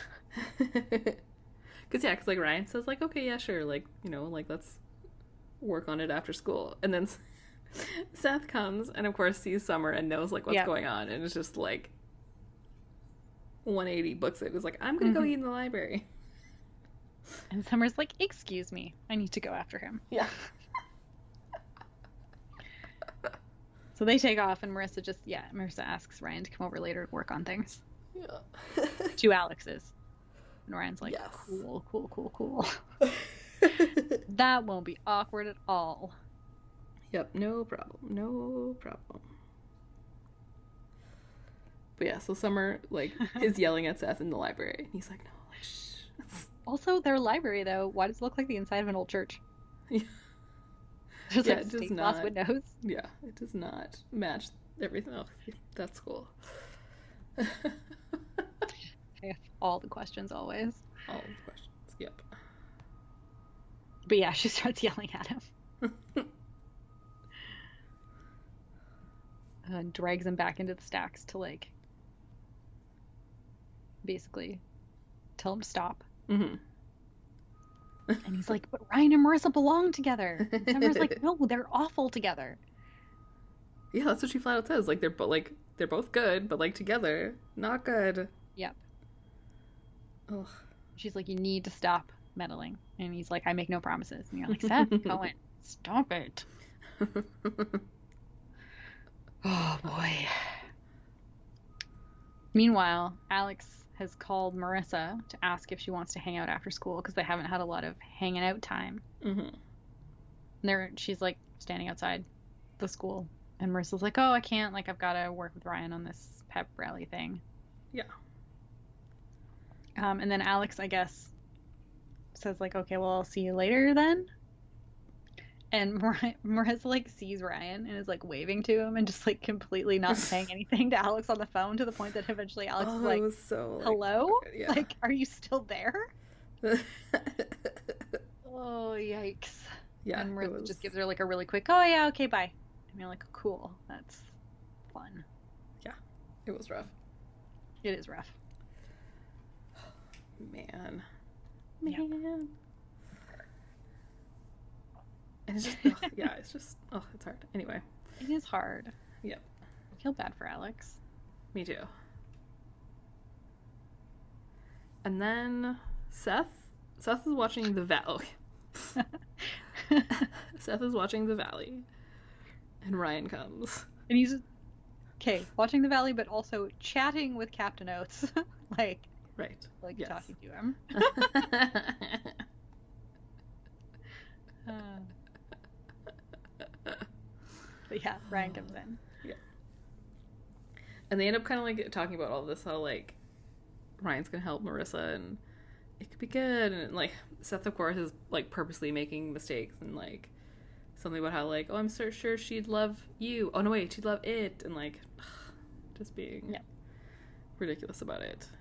B: Because, yeah, because, like, Ryan says, like, okay, yeah, sure, like, you know, like, let's work on it after school. And then Seth comes and, of course, sees Summer and knows, like, what's
A: Yep.
B: going on. And it's just, like, 180 books it. It's like, I'm going to
A: Mhm.
B: go eat in the library.
A: And Summer's like, excuse me, I need to go after him.
B: Yeah.
A: So they take off, and Marissa just, yeah, Marissa asks Ryan to come over later to work on things. Two Alexes. And Ryan's like,
B: Yes.
A: cool, cool, cool, cool. That won't be awkward at all.
B: yep, no problem. No problem. But, yeah, so Summer, like, is yelling at Seth in the library. And he's like, no, like, shh.
A: Also, their library, though, why does it look like the inside of an old church?
B: Yeah.
A: There's
B: Yeah,
A: like
B: it does
A: stained glass
B: not.
A: windows.
B: Yeah, it does not match everything else. That's cool. All
A: I have all the questions always.
B: the questions. Yep.
A: But yeah, she starts yelling at him. and Uh, drags him back into the stacks to like basically tell him stop.
B: hmm
A: And he's like, But Ryan and Marissa belong together. And Summer's like, No, they're awful together.
B: Yeah, that's what she flat out says. Like they're but like they're both good, but like together, not good.
A: Yep.
B: Ugh.
A: She's like, You need to stop meddling. And he's like, I make no promises. And you're like, Seth Cohen, stop it. Oh boy. Meanwhile, Alex has called Marissa to ask if she wants to hang out after school because they haven't had a lot of hanging out time.
B: hmm
A: And they're, she's like standing outside the school, and Marissa's like, "Oh, I can't. Like, I've got to work with Ryan on this pep rally thing."
B: Yeah.
A: Um, and then Alex, I guess, says like, "Okay, well, I'll see you later then." And Mar- Marissa like sees Ryan and is like waving to him and just like completely not saying anything to Alex on the phone to the point that eventually Alex
B: oh,
A: is
B: that
A: like,
B: was so like,
A: "Hello,
B: yeah.
A: like, are you still there?" Oh yikes.
B: yeah.
A: and
B: it
A: Marissa
B: was-
A: just gives her like a really quick, oh yeah, okay, bye. And you're like, cool, that's fun.
B: it was rough.
A: It is rough.
B: Man.
A: Yep.
B: Man. And it's just ugh, yeah, it's just oh, it's hard. Anyway.
A: It is hard.
B: Yep.
A: I feel bad for Alex.
B: Me too. And then Seth, Seth is watching The Valley.
A: and
B: Seth is watching The Valley, and Ryan comes.
A: he's okay, watching the valley, but also chatting with Captain Oates, like
B: Right.
A: like
B: Yes.
A: talking to him. Uh, but yeah, Ryan comes in.
B: and they end up kind of like talking about all this, how like Ryan's gonna help Marissa, and it could be good. And like Seth, of course, is like purposely making mistakes, and like something about how like, oh, I'm so sure she'd love you. Oh no, wait, she'd love it, and like just being
A: Yep.
B: ridiculous about it.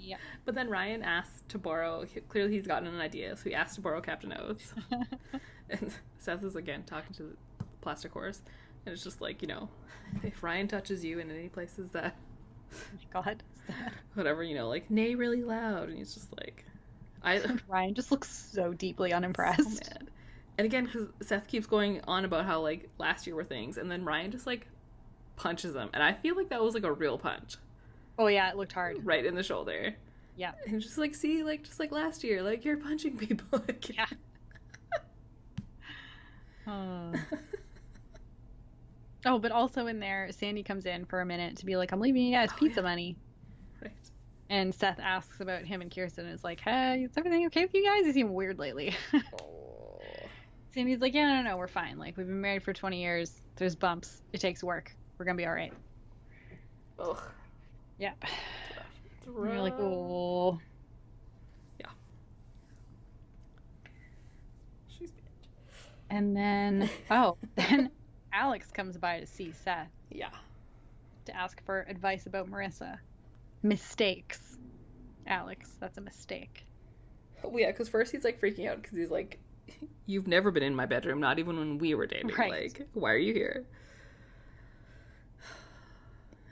A: Yeah.
B: But then Ryan asked to borrow. he- Clearly, he's gotten an idea, so he asked to borrow Captain Oates.
A: Oh
B: and Seth is again talking to the plastic horse, and it's just like you know, if Ryan touches you in any places that
A: Oh my God.
B: whatever you know, like neigh really loud, and he's just like, I so
A: Ryan just looks so deeply unimpressed.
B: mad. And again, because Seth keeps going on about how like last year were things, and then Ryan just like punches him, and I feel like that was like a real punch,
A: oh yeah, it looked hard.
B: right in the shoulder.
A: Yeah.
B: And just like see, like just like last year, like you're punching people. Like,
A: Yeah. Uh. Oh, but also in there, Sandy comes in for a minute to be like, I'm leaving you guys
B: Oh,
A: pizza
B: yeah.
A: money.
B: Right.
A: And Seth asks about him and Kirsten and is like, Hey, is everything okay with you guys? You seem weird lately. Oh. Sandy's like, Yeah, no, no, no, we're fine. Like, we've been married for 20 years. There's bumps. It takes work. We're going to be all right.
B: Ugh.
A: Yep.
B: Ugh.
A: And you're like, oh,
B: She's bitch.
A: and then oh, then Alex comes by to see Seth
B: Yeah.
A: to ask for advice about Marissa. Mistakes, Alex. That's a mistake.
B: Well, yeah, because first he's like freaking out because he's like, "You've never been in my bedroom, not even when we were dating.
A: Right.
B: Like, why are you here?"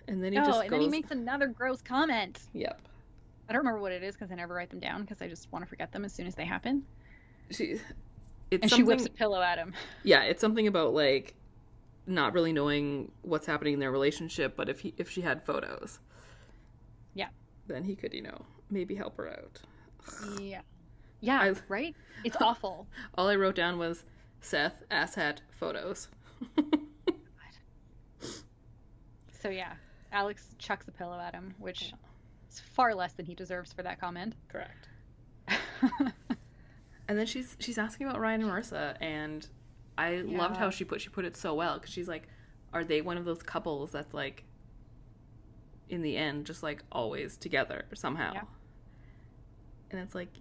B: And then he
A: oh,
B: just
A: and
B: goes,
A: then he makes another gross comment.
B: "Yep."
A: I don't remember what it is because I never write them down because I just want to forget them as soon as they happen.
B: She, it's
A: And she
B: something.
A: whips a pillow at him.
B: yeah, it's something about like not really knowing what's happening in their relationship, but if he if she had photos,
A: Yeah.
B: then he could you know maybe help her out.
A: Yeah. Yeah,
B: I-
A: right? It's awful.
B: All I wrote down was Seth asshat photos.
A: So yeah, Alex chucks a pillow at him, which is far less than he deserves for that comment.
B: Correct. And then she's she's asking about Ryan and Marissa, and I loved
A: Yeah.
B: how she put she put it so well because she's like, are they one of those couples that's like, in the end, just like always together somehow?
A: Yeah.
B: And it's like,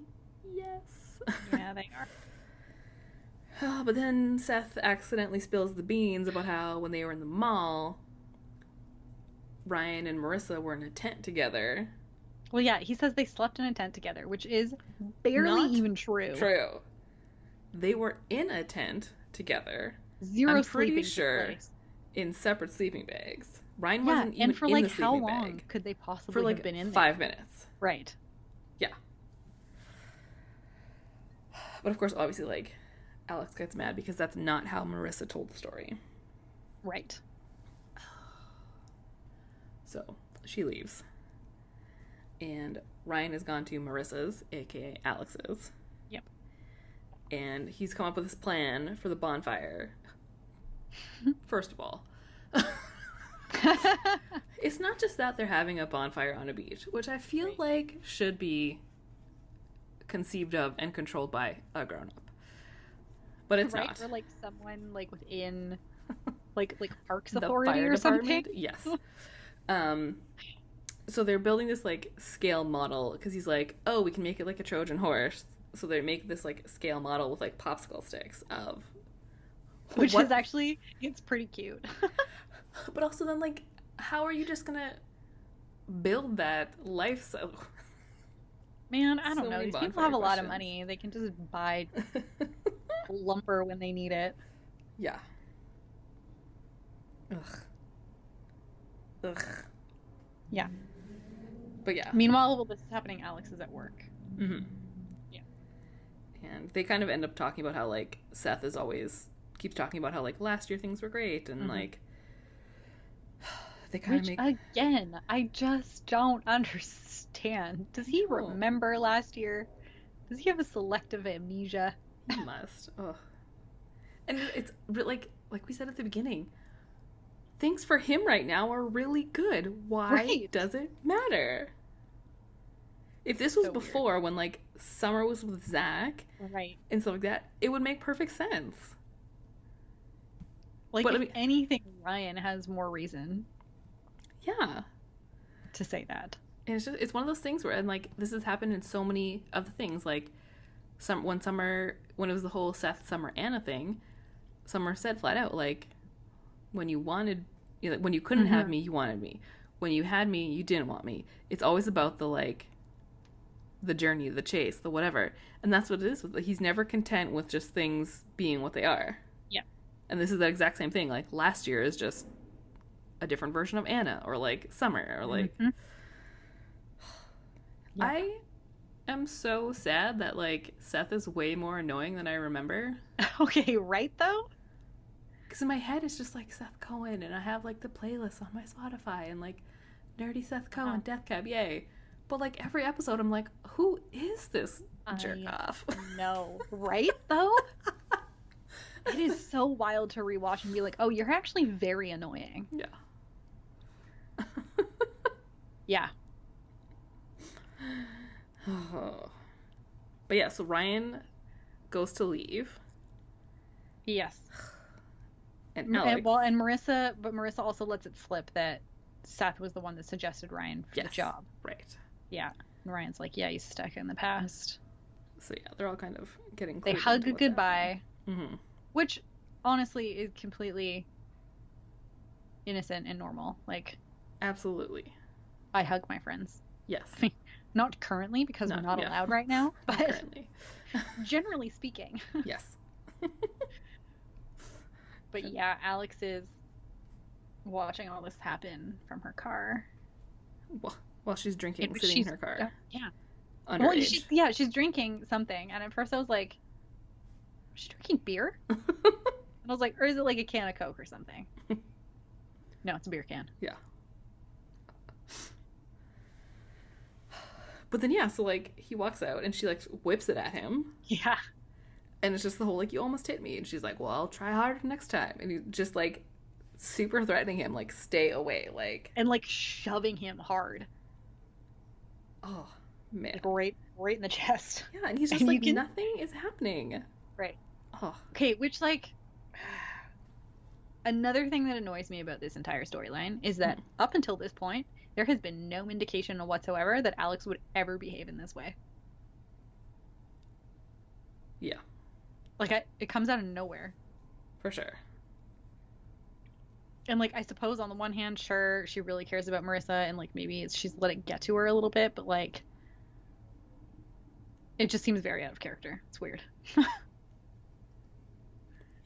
B: yes.
A: yeah, they are.
B: Oh, but then Seth accidentally spills the beans about how when they were in the mall, Ryan and Marissa were in a tent together.
A: Well, yeah, he says they slept in a tent together, which is barely
B: Not
A: even true.
B: True. They were in a tent together.
A: 0
B: I'm pretty
A: sleeping
B: sure
A: place.
B: in separate sleeping bags. Ryan
A: Yeah,
B: wasn't even
A: and for
B: in
A: like
B: the
A: how
B: sleeping
A: long
B: bag
A: could they possibly
B: for like
A: have been in there?
B: five minutes.
A: Right.
B: But of course, obviously, like Alex gets mad because that's not how Marissa told the story.
A: Right.
B: So she leaves, and Ryan has gone to Marissa's, aka Alex's.
A: Yep.
B: And he's come up with this plan for the bonfire. First of all, it's not just that they're having a bonfire on a beach, which I feel
A: Right.
B: like should be conceived of and controlled by a grown up. But it's
A: right
B: not.
A: or like someone like within like like parks
B: The
A: authority
B: fire
A: or something.
B: department? Yes. um so they're building this like scale model because he's like, "Oh, we can make it like a Trojan horse." So they make this like scale model with like popsicle sticks of
A: Which
B: is
A: is actually it's pretty cute.
B: But also then like how are you just going to build that life so
A: Man, I don't
B: So
A: know.
B: many
A: These people
B: bonfire
A: have a lot of
B: questions.
A: money. They can just buy lumber when they need it.
B: Yeah. Ugh. Ugh.
A: Yeah.
B: But yeah.
A: Meanwhile, while this is happening, Alex is at work.
B: hmm
A: Yeah.
B: And they kind of end up talking about how like Seth is always keeps talking about how like last year things were great and
A: Mhm.
B: like they kind
A: Which
B: of make
A: again, I just don't understand. Does he
B: No.
A: remember last year? Does he have a selective amnesia?
B: He must. Ugh. And it's re- like like we said at the beginning. Things for him right now are really good. Why
A: Right.
B: does it matter? If this was
A: So weird.
B: before when like Summer was with Zach
A: Right.
B: and stuff like that, it would make perfect sense.
A: Like
B: But, I
A: if
B: mean-
A: anything, Ryan has more reason
B: Yeah.
A: to say that.
B: And it's just it's one of those things where and like this has happened in so many of the things like some when summer when it was the whole Seth Summer Anna thing, Summer said flat out like when you wanted you know, when you couldn't have
A: Mhm.
B: me you wanted me when you had me you didn't want me it's always about the like the journey the chase the whatever and that's what it is with he's never content with just things being what they are
A: Yeah.
B: and this is the exact same thing like last year is just a different version of Anna or like summer or like
A: Mhm. Yeah.
B: I am so sad that like Seth is way more annoying than I remember.
A: Mm-hmm. okay, right though?
B: Because in my head it's just like Seth Cohen, and I have like the playlist on my Spotify and like nerdy Seth Cohen,
A: Uh-huh.
B: Death Cab, yay. But like every episode, I'm like, who is this jerk
A: I-
B: off?
A: No. Right though? it is so wild to rewatch and be like, oh, you're actually very annoying.
B: yeah.
A: Yeah.
B: But yeah, so Ryan goes to leave,
A: Yes.
B: and
A: M-
B: Alex.
A: And, well, and Marissa, but Marissa also lets it slip that Seth was the one that suggested Ryan for
B: Yes.
A: the job.
B: right.
A: Yeah. And Ryan's like, yeah, he's stuck in the past.
B: So yeah, they're all kind of getting.
A: They hug goodbye,
B: Mm-hmm.
A: which honestly is completely innocent and normal. Like,
B: Absolutely.
A: I hug my friends.
B: Yes.
A: Not currently because
B: Not-
A: we're not
B: yeah.
A: allowed right now, but
B: Currently.
A: generally speaking.
B: Yes.
A: But yeah, Alex is watching all this happen from her car.
B: While while she's drinking,
A: which
B: sitting
A: she's-
B: in her
A: Yeah.
B: car,
A: yeah.
B: underage.
A: Well, she's, yeah, she's drinking something, and at first I was like, "She's drinking beer," and I was like, "Or is it like a can of Coke or something?" no, it's a beer can.
B: But then yeah, so like he walks out and she like whips it at him,
A: Yeah,
B: and it's just the whole like you almost hit me, and she's like, well, I'll try harder next time, and he just like super threatening him, like stay away, like
A: and like shoving him hard,
B: oh man,
A: like right, right in the chest.
B: yeah, and he's just
A: And you
B: like
A: can-
B: nothing is happening,
A: Right.
B: Oh
A: Okay, which like another thing that annoys me about this entire storyline is that up until this point, there has been no indication whatsoever that Alex would ever behave in this way.
B: yeah,
A: Like, I, it comes out of nowhere.
B: for sure.
A: and like i suppose on the one hand sure she really cares about marissa and like maybe it's, she's let it get to her a little bit but like it just seems very out of character it's weird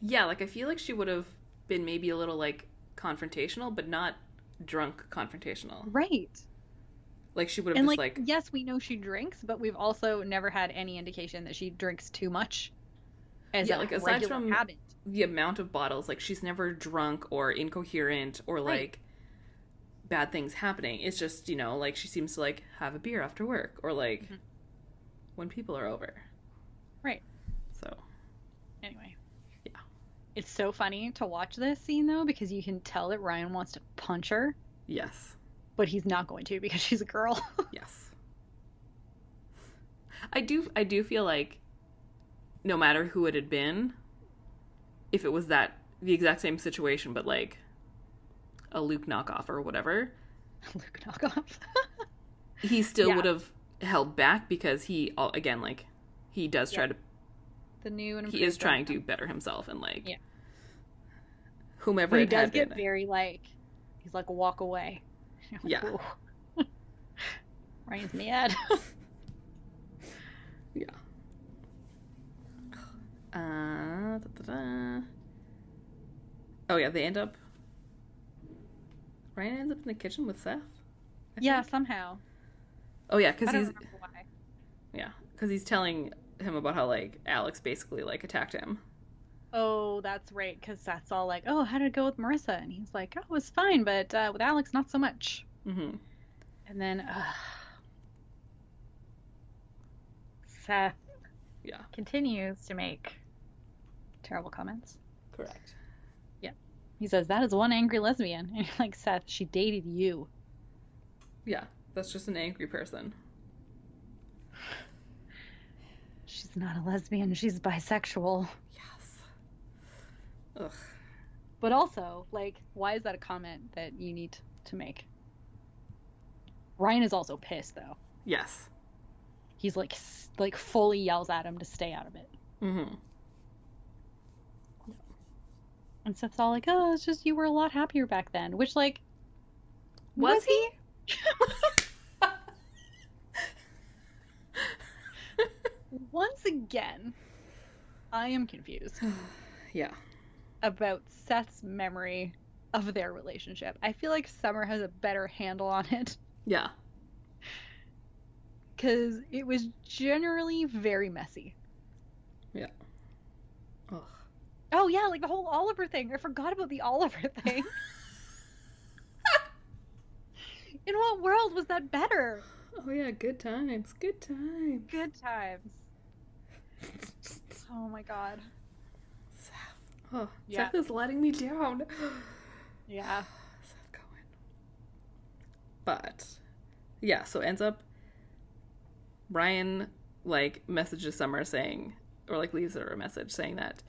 B: Yeah, like I feel like she would have been maybe a little like confrontational, but not drunk confrontational.
A: right
B: Like she would have
A: and
B: just
A: like,
B: like,
A: yes we know she drinks but we've also never had any indication that she drinks too much as a
B: Yeah, like, aside
A: regular
B: from-
A: habit
B: the amount of bottles, like she's never drunk or incoherent or like
A: Right.
B: bad things happening. It's just, you know, like she seems to like have a beer after work or like
A: Mhm.
B: when people are over.
A: Right.
B: So
A: anyway
B: Yeah.
A: it's so funny to watch this scene though because you can tell that ryan wants to punch her
B: yes.
A: but he's not going to because she's a girl
B: Yes. I do I do feel like no matter who it had been, if it was that the exact same situation but like a Luke knockoff or whatever,
A: luke knock off
B: he still
A: Yeah.
B: would have held back because he al- again like he does try
A: the new and
B: to he is
A: improved
B: trying
A: version.
B: to better himself and like
A: Yeah.
B: whomever
A: But he
B: it had
A: does get
B: been.
A: very like he's like walk away.
B: Yeah.
A: Ooh. Ryan's mad.
B: Yeah. Uh, da, da, da. Oh yeah, they end up. Ryan ends up in the kitchen with Seth. I
A: yeah,
B: think.
A: somehow.
B: Oh yeah,
A: I
B: because
A: don't
B: he's
A: remember why.
B: yeah, because he's telling him about how like Alex basically like attacked him.
A: Oh, that's right, because that's all like, oh, how did it go with Marissa? And he's like, oh, it was fine, but uh, with Alex, not so much.
B: Mm-hmm.
A: And then, uh, Seth
B: Yeah.
A: continues to make terrible comments.
B: Correct.
A: He says, that is one angry lesbian. And you're like, Seth, she dated you.
B: Yeah, that's just an angry person.
A: She's not a lesbian, she's bisexual.
B: Yes. Ugh.
A: But also, like, why is that a comment that you need to make? Ryan is also pissed though.
B: Yes.
A: He's like, s- like fully yells at him to stay out of it,
B: Mm-hmm.
A: and Seth's all like, "Oh, it's just you were a lot happier back then," which like,
B: Was
A: he? Once again, I am confused
B: yeah.
A: about Seth's memory of their relationship. I feel like Summer has a better handle on it
B: Yeah.
A: because it was generally very messy.
B: Ugh.
A: Oh yeah, like the whole Oliver thing. I forgot about the Oliver thing. In what world was that better?
B: Oh yeah, good times. Good times.
A: Good times. Oh my god.
B: Seth. Oh,
A: Yeah.
B: Seth is letting me down.
A: Yeah.
B: Seth Cohen. But yeah, so ends up Ryan like messages Summer saying or like leaves her a message saying that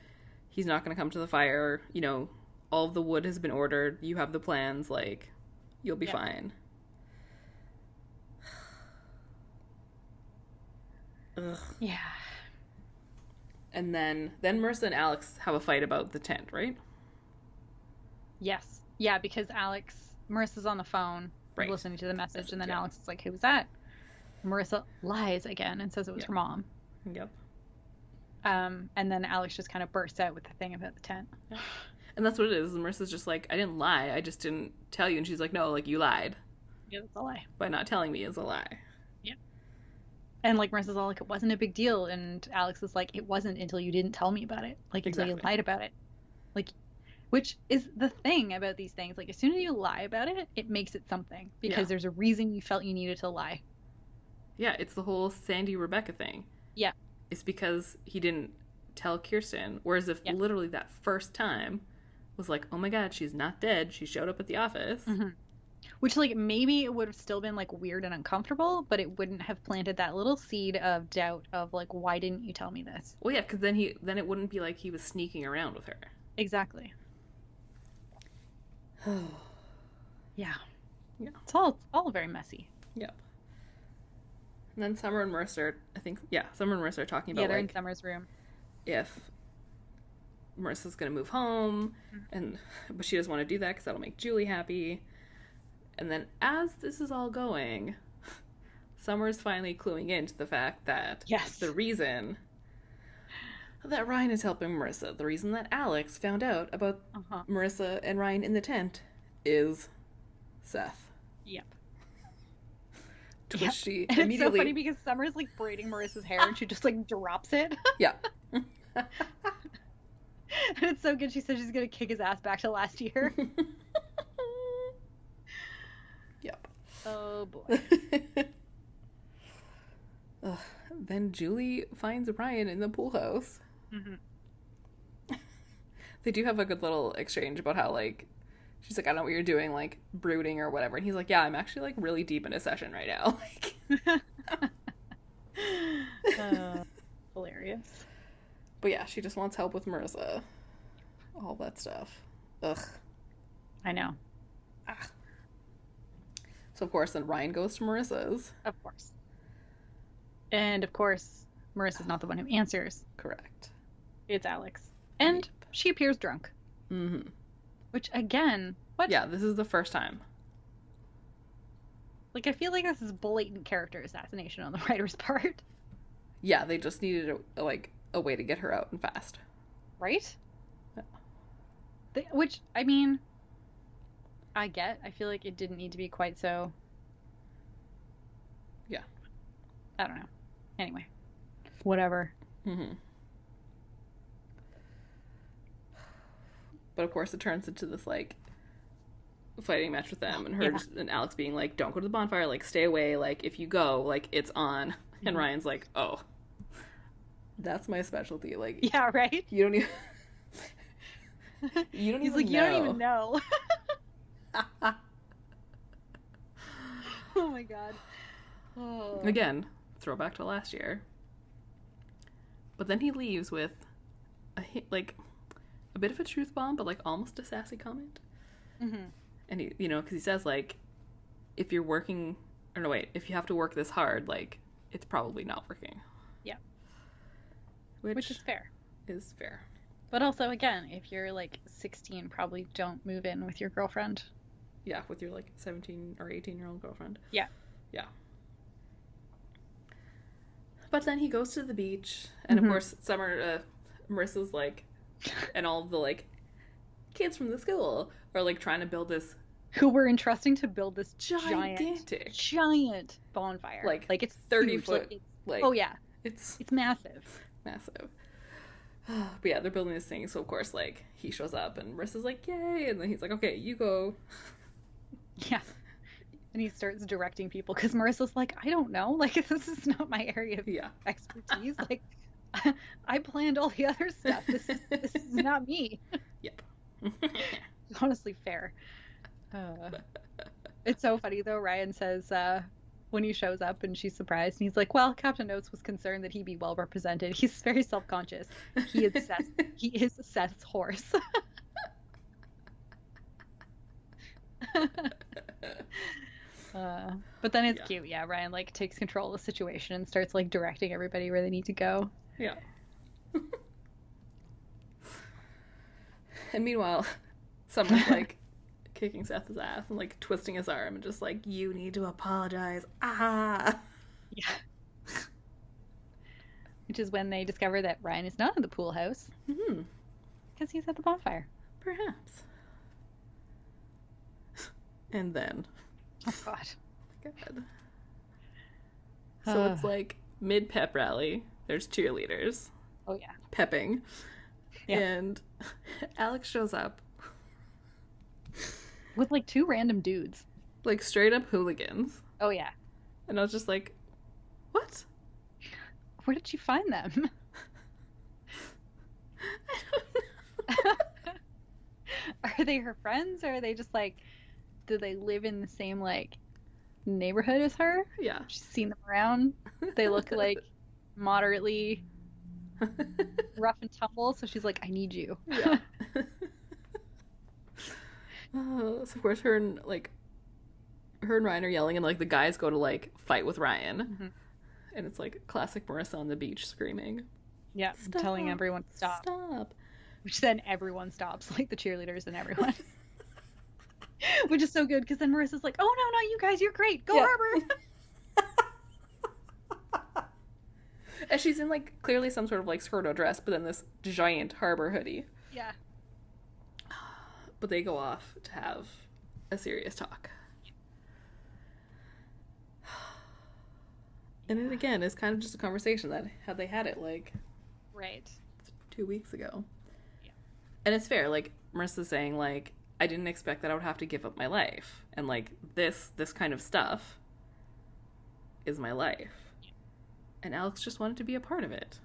B: he's not gonna come to the fire, you know, all of the wood has been ordered, you have the plans, like you'll be
A: Yeah.
B: fine. Ugh.
A: Yeah.
B: And then then Marissa and Alex have a fight about the tent, right?
A: Yes. Yeah, because Alex, Marissa's on the phone
B: Right.
A: listening to the message, and then
B: yeah.
A: Alex is like, "Who was that?" Marissa lies again and says it was
B: Yeah.
A: her mom.
B: Yep.
A: Um, and then Alex just kind of bursts out with the thing about the tent.
B: And that's what it is. Marissa's just like, I didn't lie. I just didn't tell you. And she's like, No, like you lied
A: Yeah, that's a lie.
B: by not telling me is a lie.
A: And like Marissa's all like, "It wasn't a big deal," and Alex is like, "It wasn't until you didn't tell me about it. Like until you
B: Exactly.
A: lied about it." Like, which is the thing about these things. Like as soon as you lie about it, it makes it something because
B: Yeah.
A: there's a reason you felt you needed to lie.
B: Yeah, it's the whole Sandy Rebecca thing.
A: Yeah.
B: It's because he didn't tell Kirsten. Whereas if
A: Yeah.
B: literally that first time was like, Oh my god, she's not dead. She showed up at the office.
A: Mhm. Which, like, maybe it would have still been, like, weird and uncomfortable, but it wouldn't have planted that little seed of doubt of, like, why didn't you tell me this?
B: Well, yeah, because then he then it wouldn't be like he was sneaking around with her.
A: Exactly. Yeah.
B: Yeah.
A: It's all, it's all very messy.
B: yep. And then Summer and Marissa, are, I think, yeah, Summer and Marissa are talking about
A: yeah, they're
B: like
A: in Summer's room.
B: if Marissa's gonna move home,
A: Mm-hmm.
B: and but she doesn't want to do that because that'll make Julie happy. And then as this is all going, Summer's finally cluing into the fact that
A: Yes.
B: the reason that Ryan is helping Marissa, the reason that Alex found out about
A: Uh-huh.
B: Marissa and Ryan in the tent, is Seth.
A: Yep.
B: To
A: Yeah.
B: which she
A: And it's so
B: immediately,
A: funny because Summer's, like, braiding Marissa's hair and she just, like, drops it.
B: yeah,
A: and it's so good. She said she's going to kick his ass back to last year.
B: yep.
A: oh, boy.
B: Ugh. Then Julie finds Ryan in the pool house.
A: hmm
B: They do have a good little exchange about how like she's like, I don't know what you're doing, like brooding or whatever. And he's like, Yeah, I'm actually like really deep in a session right now. Like
A: Uh, hilarious.
B: But yeah, she just wants help with Marissa. All that stuff. Ugh.
A: I know.
B: So of course then Ryan goes to Marissa's.
A: Of course. And of course, Marissa's not the one who answers.
B: Correct.
A: It's Alex. And she appears drunk,
B: Mm-hmm.
A: which again, what?
B: Yeah, this is the first time.
A: Like, I feel like this is blatant character assassination on the writer's part,
B: Yeah, they just needed a, like a way to get her out and fast.
A: right?
B: Yeah.
A: They, which, I mean, I get. I feel like it didn't need to be quite so.
B: Yeah.
A: I don't know. Anyway, whatever.
B: Mm-hmm. But of course, it turns into this like fighting match with them, and her
A: Yeah.
B: just- and Alex being like, "Don't go to the bonfire. Like, stay away. Like, if you go, like, it's on."
A: Mm-hmm.
B: And Ryan's like, "Oh, that's my specialty. Like,
A: Yeah, right?
B: you don't even you don't
A: He's
B: even
A: like,
B: know.
A: you don't even know. oh my god. Oh.
B: Again, throwback to last year. But then he leaves with a hi- like a bit of a truth bomb, but like almost a sassy comment.
A: Mhm.
B: And he, you know, because he says like, if you're working, or no, wait, if you have to work this hard, like it's probably not working.
A: Yeah.
B: Which,
A: Which is
B: is,
A: fair.
B: fair.
A: But also, again, if you're like 16, probably don't move in with your girlfriend.
B: Yeah, with your like 17 or 18 year old girlfriend.
A: Yeah.
B: Yeah. But then he goes to the beach, and
A: Mhm.
B: of course, Summer, uh, Marissa's like, and all the like kids from the school are like trying to build this
A: Who we're entrusting to build this giant,
B: gigantic,
A: giant bonfire.
B: Like,
A: like it's
B: 30
A: huge, like,
B: foot,
A: it's-
B: like,
A: oh, yeah.
B: it's
A: It's massive.
B: massive. But yeah, they're building this thing, so of course, like he shows up, and Marissa's like, "Yay!" and then he's like, "Okay, you go."
A: Yeah. And he starts directing people because Marissa's like, I don't know. Like, this is not my area of
B: Yeah,
A: expertise. like, I planned all the other stuff. This is, this is not me.
B: yep.
A: honestly fair. Uh, it's so funny though. Ryan says uh, when he shows up and she's surprised, and he's like, "Well, Captain Oates was concerned that he be well represented. He's very self-conscious. He is Seth's, he is Seth's horse." uh, But then it's
B: Yeah.
A: cute, yeah. Ryan like takes control of the situation and starts like directing everybody where they need to go.
B: Yeah. and meanwhile, someone's like kicking Seth's ass and like twisting his arm and just like, you need to apologize. Ah.
A: Yeah. Which is when they discover that Ryan is not in the pool house
B: Hmm.
A: because he's at the bonfire.
B: Perhaps. And then.
A: Oh God.
B: God. So it's
A: Ah.
B: like mid pep rally, there's cheerleaders
A: Oh yeah.
B: pepping.
A: Yeah.
B: And Alex shows up,
A: With like two random dudes.
B: like straight up hooligans.
A: Oh yeah.
B: And I was just like, what?
A: Where did you find them?
B: I don't know.
A: are they her friends or are they just like do they live in the same like neighborhood as her?
B: Yeah.
A: She's seen them around. They look like moderately rough and tumble, so she's like, I need you.
B: yeah.
A: Uh-huh.
B: Uh, so of course her and like her and Ryan are yelling and like the guys go to like fight with Ryan.
A: Mhm.
B: And it's like classic Marissa on the beach screaming.
A: Yeah.
B: Stop.
A: Telling everyone to stop.
B: Stop.
A: Which then everyone stops, like the cheerleaders and everyone. Which is so good because then Marissa's like, "Oh no, no, you guys, you're great. Go
B: Yeah.
A: Harbor."
B: And she's in like clearly some sort of like skirto dress, but then this giant harbor hoodie.
A: yeah.
B: But they go off to have a serious talk. And it again is kind of just a conversation that had they had it like
A: Right.
B: two weeks ago.
A: Yeah.
B: And it's fair, like Marissa's saying, like, I didn't expect that I would have to give up my life. And like this this kind of stuff is my life. And Alex just wanted to be a part of it.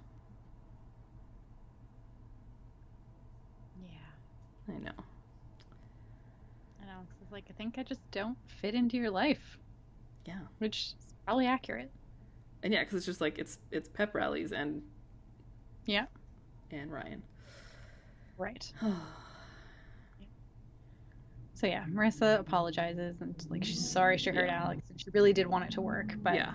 A: Yeah.
B: I know.
A: And Alex is like, "I think I just don't fit into your life,"
B: Yeah.
A: which is probably accurate.
B: And yeah, because it's just like it's it's pep rallies and
A: Yeah.
B: and Ryan.
A: Right. So yeah, Marissa apologizes and like she's sorry she hurt
B: Yeah.
A: Alex and she really did want it to work, but
B: yeah.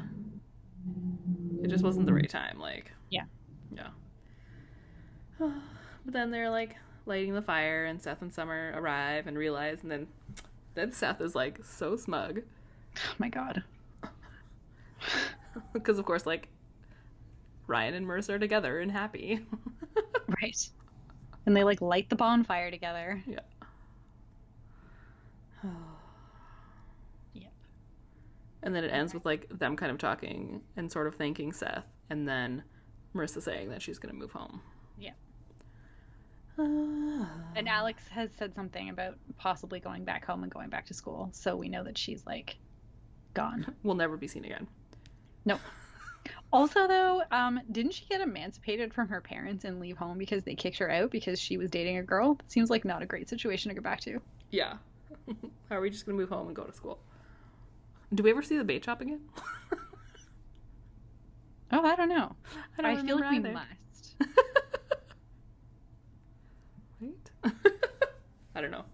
B: It just wasn't the right time, like.
A: Yeah.
B: Yeah. but then they're like lighting the fire and Seth and Summer arrive and realize and then then Seth is like so smug
A: oh my god.
B: because of course like Ryan and Marissa are together and happy.
A: Right. And they like light the bonfire together.
B: yeah.
A: Yep.
B: And then it ends with like them kind of talking and sort of thanking Seth, and then Marissa saying that she's gonna move home.
A: Yeah.
B: Ah.
A: And Alex has said something about possibly going back home and going back to school, so we know that she's like gone.
B: we'll never be seen again.
A: Also though, um didn't she get emancipated from her parents and leave home because they kicked her out because she was dating a girl? Seems like not a great situation to go back to.
B: Yeah. How are we just gonna move home and go to school? Do we ever see the bait shop again?
A: Oh, I don't know.
B: I,
A: I, feel
B: remember
A: like we
B: either.
A: must.
B: Right? I don't know.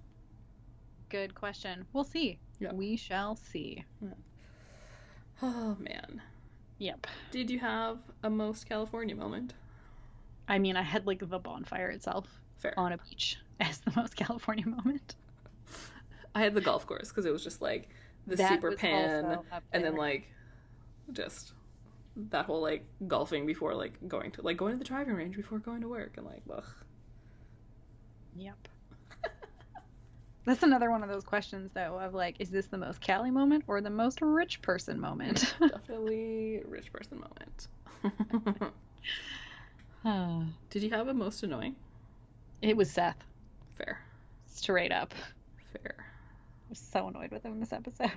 A: Good question. We'll see.
B: Yeah.
A: We shall see.
B: Oh man.
A: Yep.
B: Did you have a most California moment?
A: I mean, I had like the bonfire itself
B: Fair.
A: on a beach as the most California moment.
B: I had the golf course because it was just like the
A: That
B: super
A: was
B: pan,
A: also up
B: and then
A: there.
B: like just that whole like golfing before like going to like going to the driving range before going to work and like ugh.
A: Yep. That's another one of those questions, though, of like, is this the most Cali moment or the most rich person moment?
B: definitely rich person moment. Did you have a most annoying?
A: it was Seth,
B: Fair,
A: straight up.
B: fair.
A: I was so annoyed with him in this episode.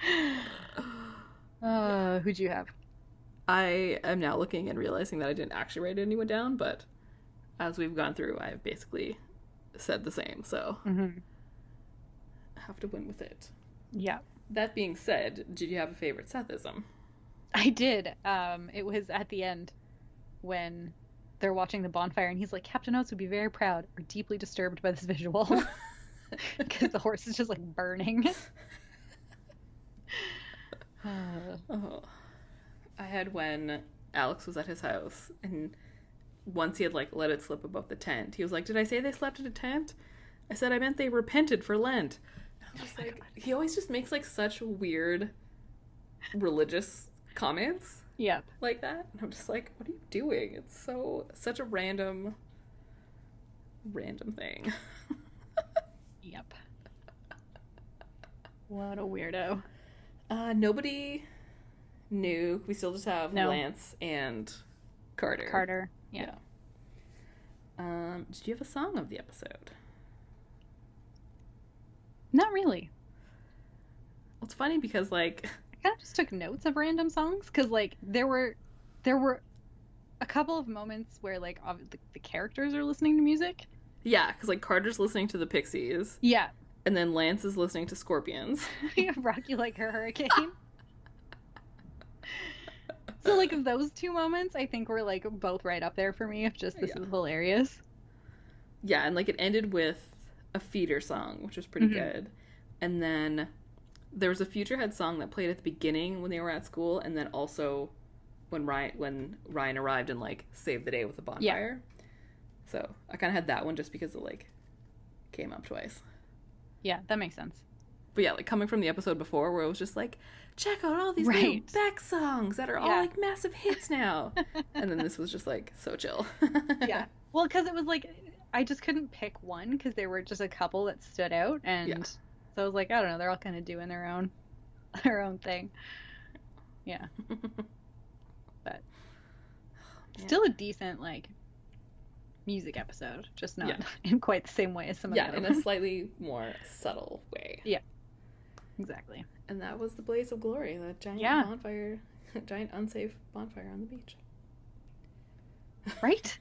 A: uh, who'd you have?
B: I am now looking and realizing that I didn't actually write anyone down, but as we've gone through, I've basically said the same, so
A: Mm-hmm.
B: I have to win with it.
A: Yeah.
B: That being said, did you have a favorite Sethism?
A: I did. Um, it was at the end when they're watching the bonfire, and he's like, Captain Oates would be very proud or deeply disturbed by this visual because the horse is just like burning. Uh,
B: Oh, I had when Alex was at his house, and once he had like let it slip above the tent, he was like, "Did I say they slept in a tent? I said I meant they repented for Lent." And I'm just like, he always just makes like such weird religious comments
A: yep.
B: like that, and I'm just like, "What are you doing?" It's so such a random, random thing.
A: Yep. What a weirdo.
B: Uh, nobody knew. We still just have
A: No.
B: Lance and Carter.
A: Carter. Yeah.
B: Um, did you have a song of the episode?
A: Not really.
B: Well, it's funny because like
A: I kind of just took notes of random songs because like there were there were a couple of moments where like ob- the, the characters are listening to music.
B: yeah, because like Carter's listening to the Pixies,
A: Yeah.
B: and then Lance is listening to Scorpions.
A: Rocky like a hurricane. so like those two moments I think were like both right up there for me if just this
B: Yeah.
A: is hilarious.
B: yeah, and like it ended with a feeder song, which was pretty
A: Mhm.
B: good. And then there was a Futurehead song that played at the beginning when they were at school, and then also when Ryan when Ryan arrived and like saved the day with a bonfire. So I kind of had that one just because it like came up twice.
A: Yeah, that makes sense.
B: But yeah, like coming from the episode before where it was just like, check out all these new
A: Right.
B: Beck songs that are all
A: Yeah.
B: like massive hits now. and then this was just like so chill.
A: yeah. Well, because it was like I just couldn't pick one because there were just a couple that stood out, and
B: Yeah.
A: so I was like, I don't know, they're all kind of doing their own, their own thing. Yeah. but
B: man.
A: still a decent like music episode, just not
B: Yeah.
A: in quite the same way as some of
B: yeah,
A: the
B: in
A: other
B: a
A: ones.
B: slightly more subtle way.
A: Exactly.
B: And that was the blaze of glory, the giant
A: Yeah.
B: bonfire, giant unsafe bonfire on the beach.
A: Right.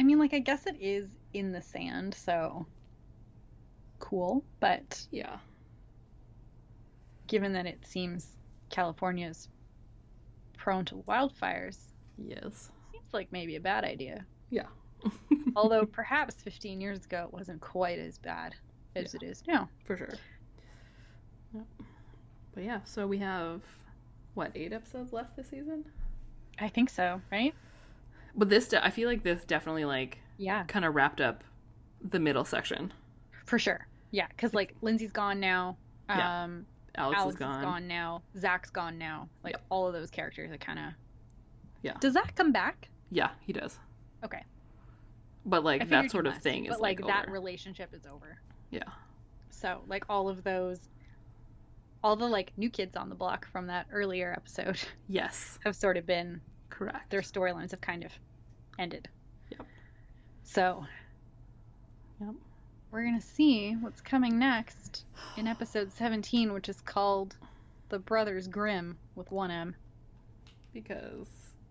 A: I mean, like I guess it is in the sand, so cool. But
B: Yeah.
A: given that it seems California's prone to wildfires,
B: Yes.
A: Seems like maybe a bad idea.
B: Yeah.
A: Although perhaps 15 years ago it wasn't quite as bad as it is now.
B: For sure. Yep. But yeah, so we have what eight episodes left this season?
A: I think so, right?
B: But this, de- I feel like this definitely like
A: Yeah,
B: kind of wrapped up the middle section.
A: for sure. Yeah, because like Lindsay's gone now. Um,
B: Yeah. Alex,
A: Alex,
B: is gone.
A: now. Zach's gone now. Like all of those characters that kind of.
B: Yeah.
A: Does Zach come back?
B: Yeah, he does.
A: Okay.
B: But
A: I
B: like
A: figured
B: that
A: he
B: sort of
A: must,
B: thing is
A: But like, that
B: over.
A: relationship is over.
B: yeah.
A: So like all of those, all the like new kids on the block from that earlier episode
B: Yes.
A: have sort of been
B: Correct.
A: their storylines have kind of ended.
B: Yep.
A: So,
B: Yep.
A: we're going to see what's coming next in episode 17, which is called The Brothers Grimm with one M,
B: because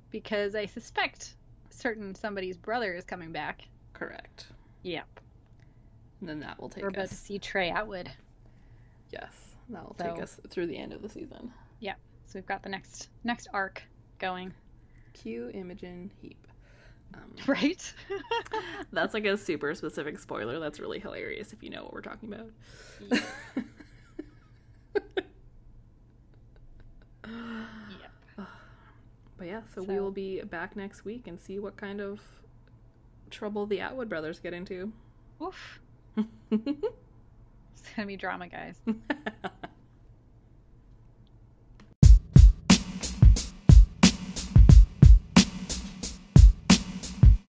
A: because I suspect certain somebody's brother is coming back.
B: correct.
A: Yep.
B: And then that will take
A: we're about to
B: us.
A: see Trey Atwood.
B: Yes, that will
A: So-
B: take us through the end of the season.
A: So, we've got the next next arc going,
B: Q Imogen Heap. Um,
A: right?
B: that's like a super specific spoiler. That's really hilarious if you know what we're talking about.
A: yep.
B: But yeah, so, we
A: So-
B: will be back next week and see what kind of trouble the Atwood brothers get into.
A: Oof. It's going to be drama, guys.